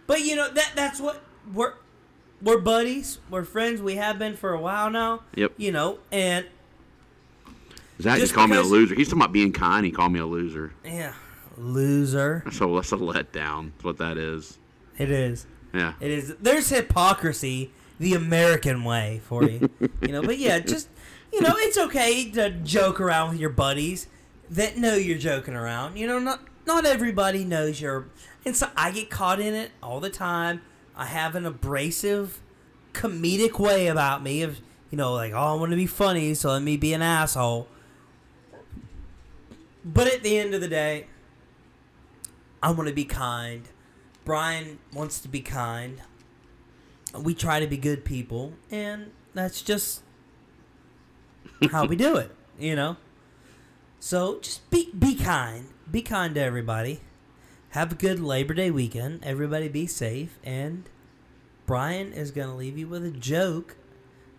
S1: But you know that that's what we're we're buddies. We're friends. We have been for a while now.
S2: Yep.
S1: You know, and Just
S2: Zach just called me a
S1: because-
S2: loser. He's talking about being kind. He called me a loser.
S1: yeah, loser.
S2: So that's a letdown. That's what that is.
S1: It is.
S2: Yeah.
S1: It is. There's hypocrisy, the American way for you. you know. But yeah, just you know, it's okay to joke around with your buddies that know you're joking around. You know, not not everybody knows you're. And so I get caught in it all the time. I have an abrasive, comedic way about me of you know like oh I want to be funny, so let me be an asshole. But at the end of the day, I want to be kind. Brian wants to be kind. We try to be good people, and that's just how we do it, you know. So just be be kind. Be kind to everybody. Have a good Labor Day weekend. Everybody be safe. And Brian is gonna leave you with a joke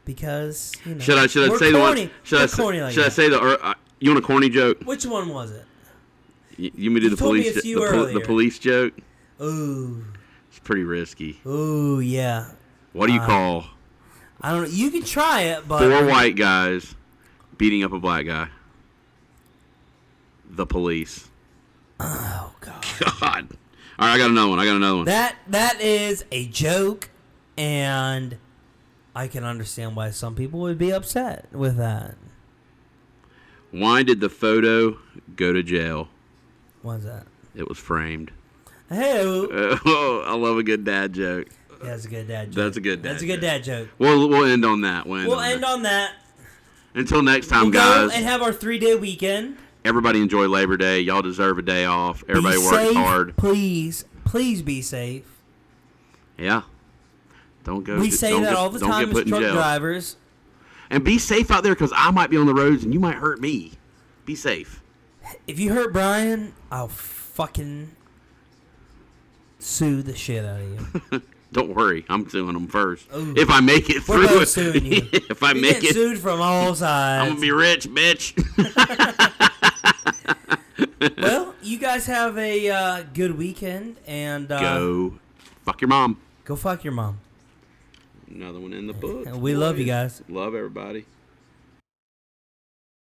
S1: because you know
S2: Should I should I
S1: we're
S2: say the
S1: corny.
S2: one? Should I,
S1: We're
S2: s-
S1: corny like
S2: should I
S1: that.
S2: say the? Or, uh, you want a corny joke?
S1: Which one was it?
S2: You, you want me to do the
S1: told me
S2: police?
S1: a
S2: jo-
S1: few
S2: the, pol-
S1: earlier.
S2: the police joke?
S1: Ooh,
S2: It's pretty risky.
S1: ooh, yeah.
S2: What do
S1: Uh,
S2: you call
S1: I don't. You can try it, but
S2: four white guys beating up a black guy? The police.
S1: oh god.
S2: God. All right, I got another one. I got another one.
S1: That that is a joke, and I can understand why some people would be upset with that.
S2: Why did the photo go to jail?
S1: What's that?
S2: It was framed.
S1: Hey,
S2: Oh, I love a good dad joke.
S1: that's a good dad joke.
S2: That's a good dad
S1: That's a good
S2: joke.
S1: dad joke.
S2: We'll we'll end on that. We'll end,
S1: We'll
S2: on
S1: end
S2: that.
S1: on that.
S2: Until next time,
S1: We'll go
S2: guys.
S1: and have our three day weekend.
S2: Everybody enjoy Labor Day. Y'all deserve a day off. Everybody
S1: be
S2: works
S1: safe,
S2: hard.
S1: Please, please be safe.
S2: Yeah. Don't go.
S1: We
S2: get-
S1: say
S2: don't
S1: that
S2: get-
S1: all the
S2: don't
S1: time
S2: get
S1: as
S2: put in
S1: truck
S2: jail.
S1: drivers.
S2: And be safe out there because I might be on the roads and you might hurt me. Be safe.
S1: If you hurt Brian, I'll fucking sue the shit out of you.
S2: Don't worry. I'm suing them first.
S1: Ooh.
S2: If I make it
S1: We're
S2: through
S1: both
S2: it.
S1: suing you.
S2: if I
S1: You're
S2: make
S1: getting
S2: it,
S1: sued from all sides.
S2: I'm going to be rich, bitch.
S1: well, you guys have a uh, good weekend and uh,
S2: go. Fuck your mom.
S1: go fuck your mom.
S2: Another one in the book.
S1: We love you guys.
S2: Love everybody.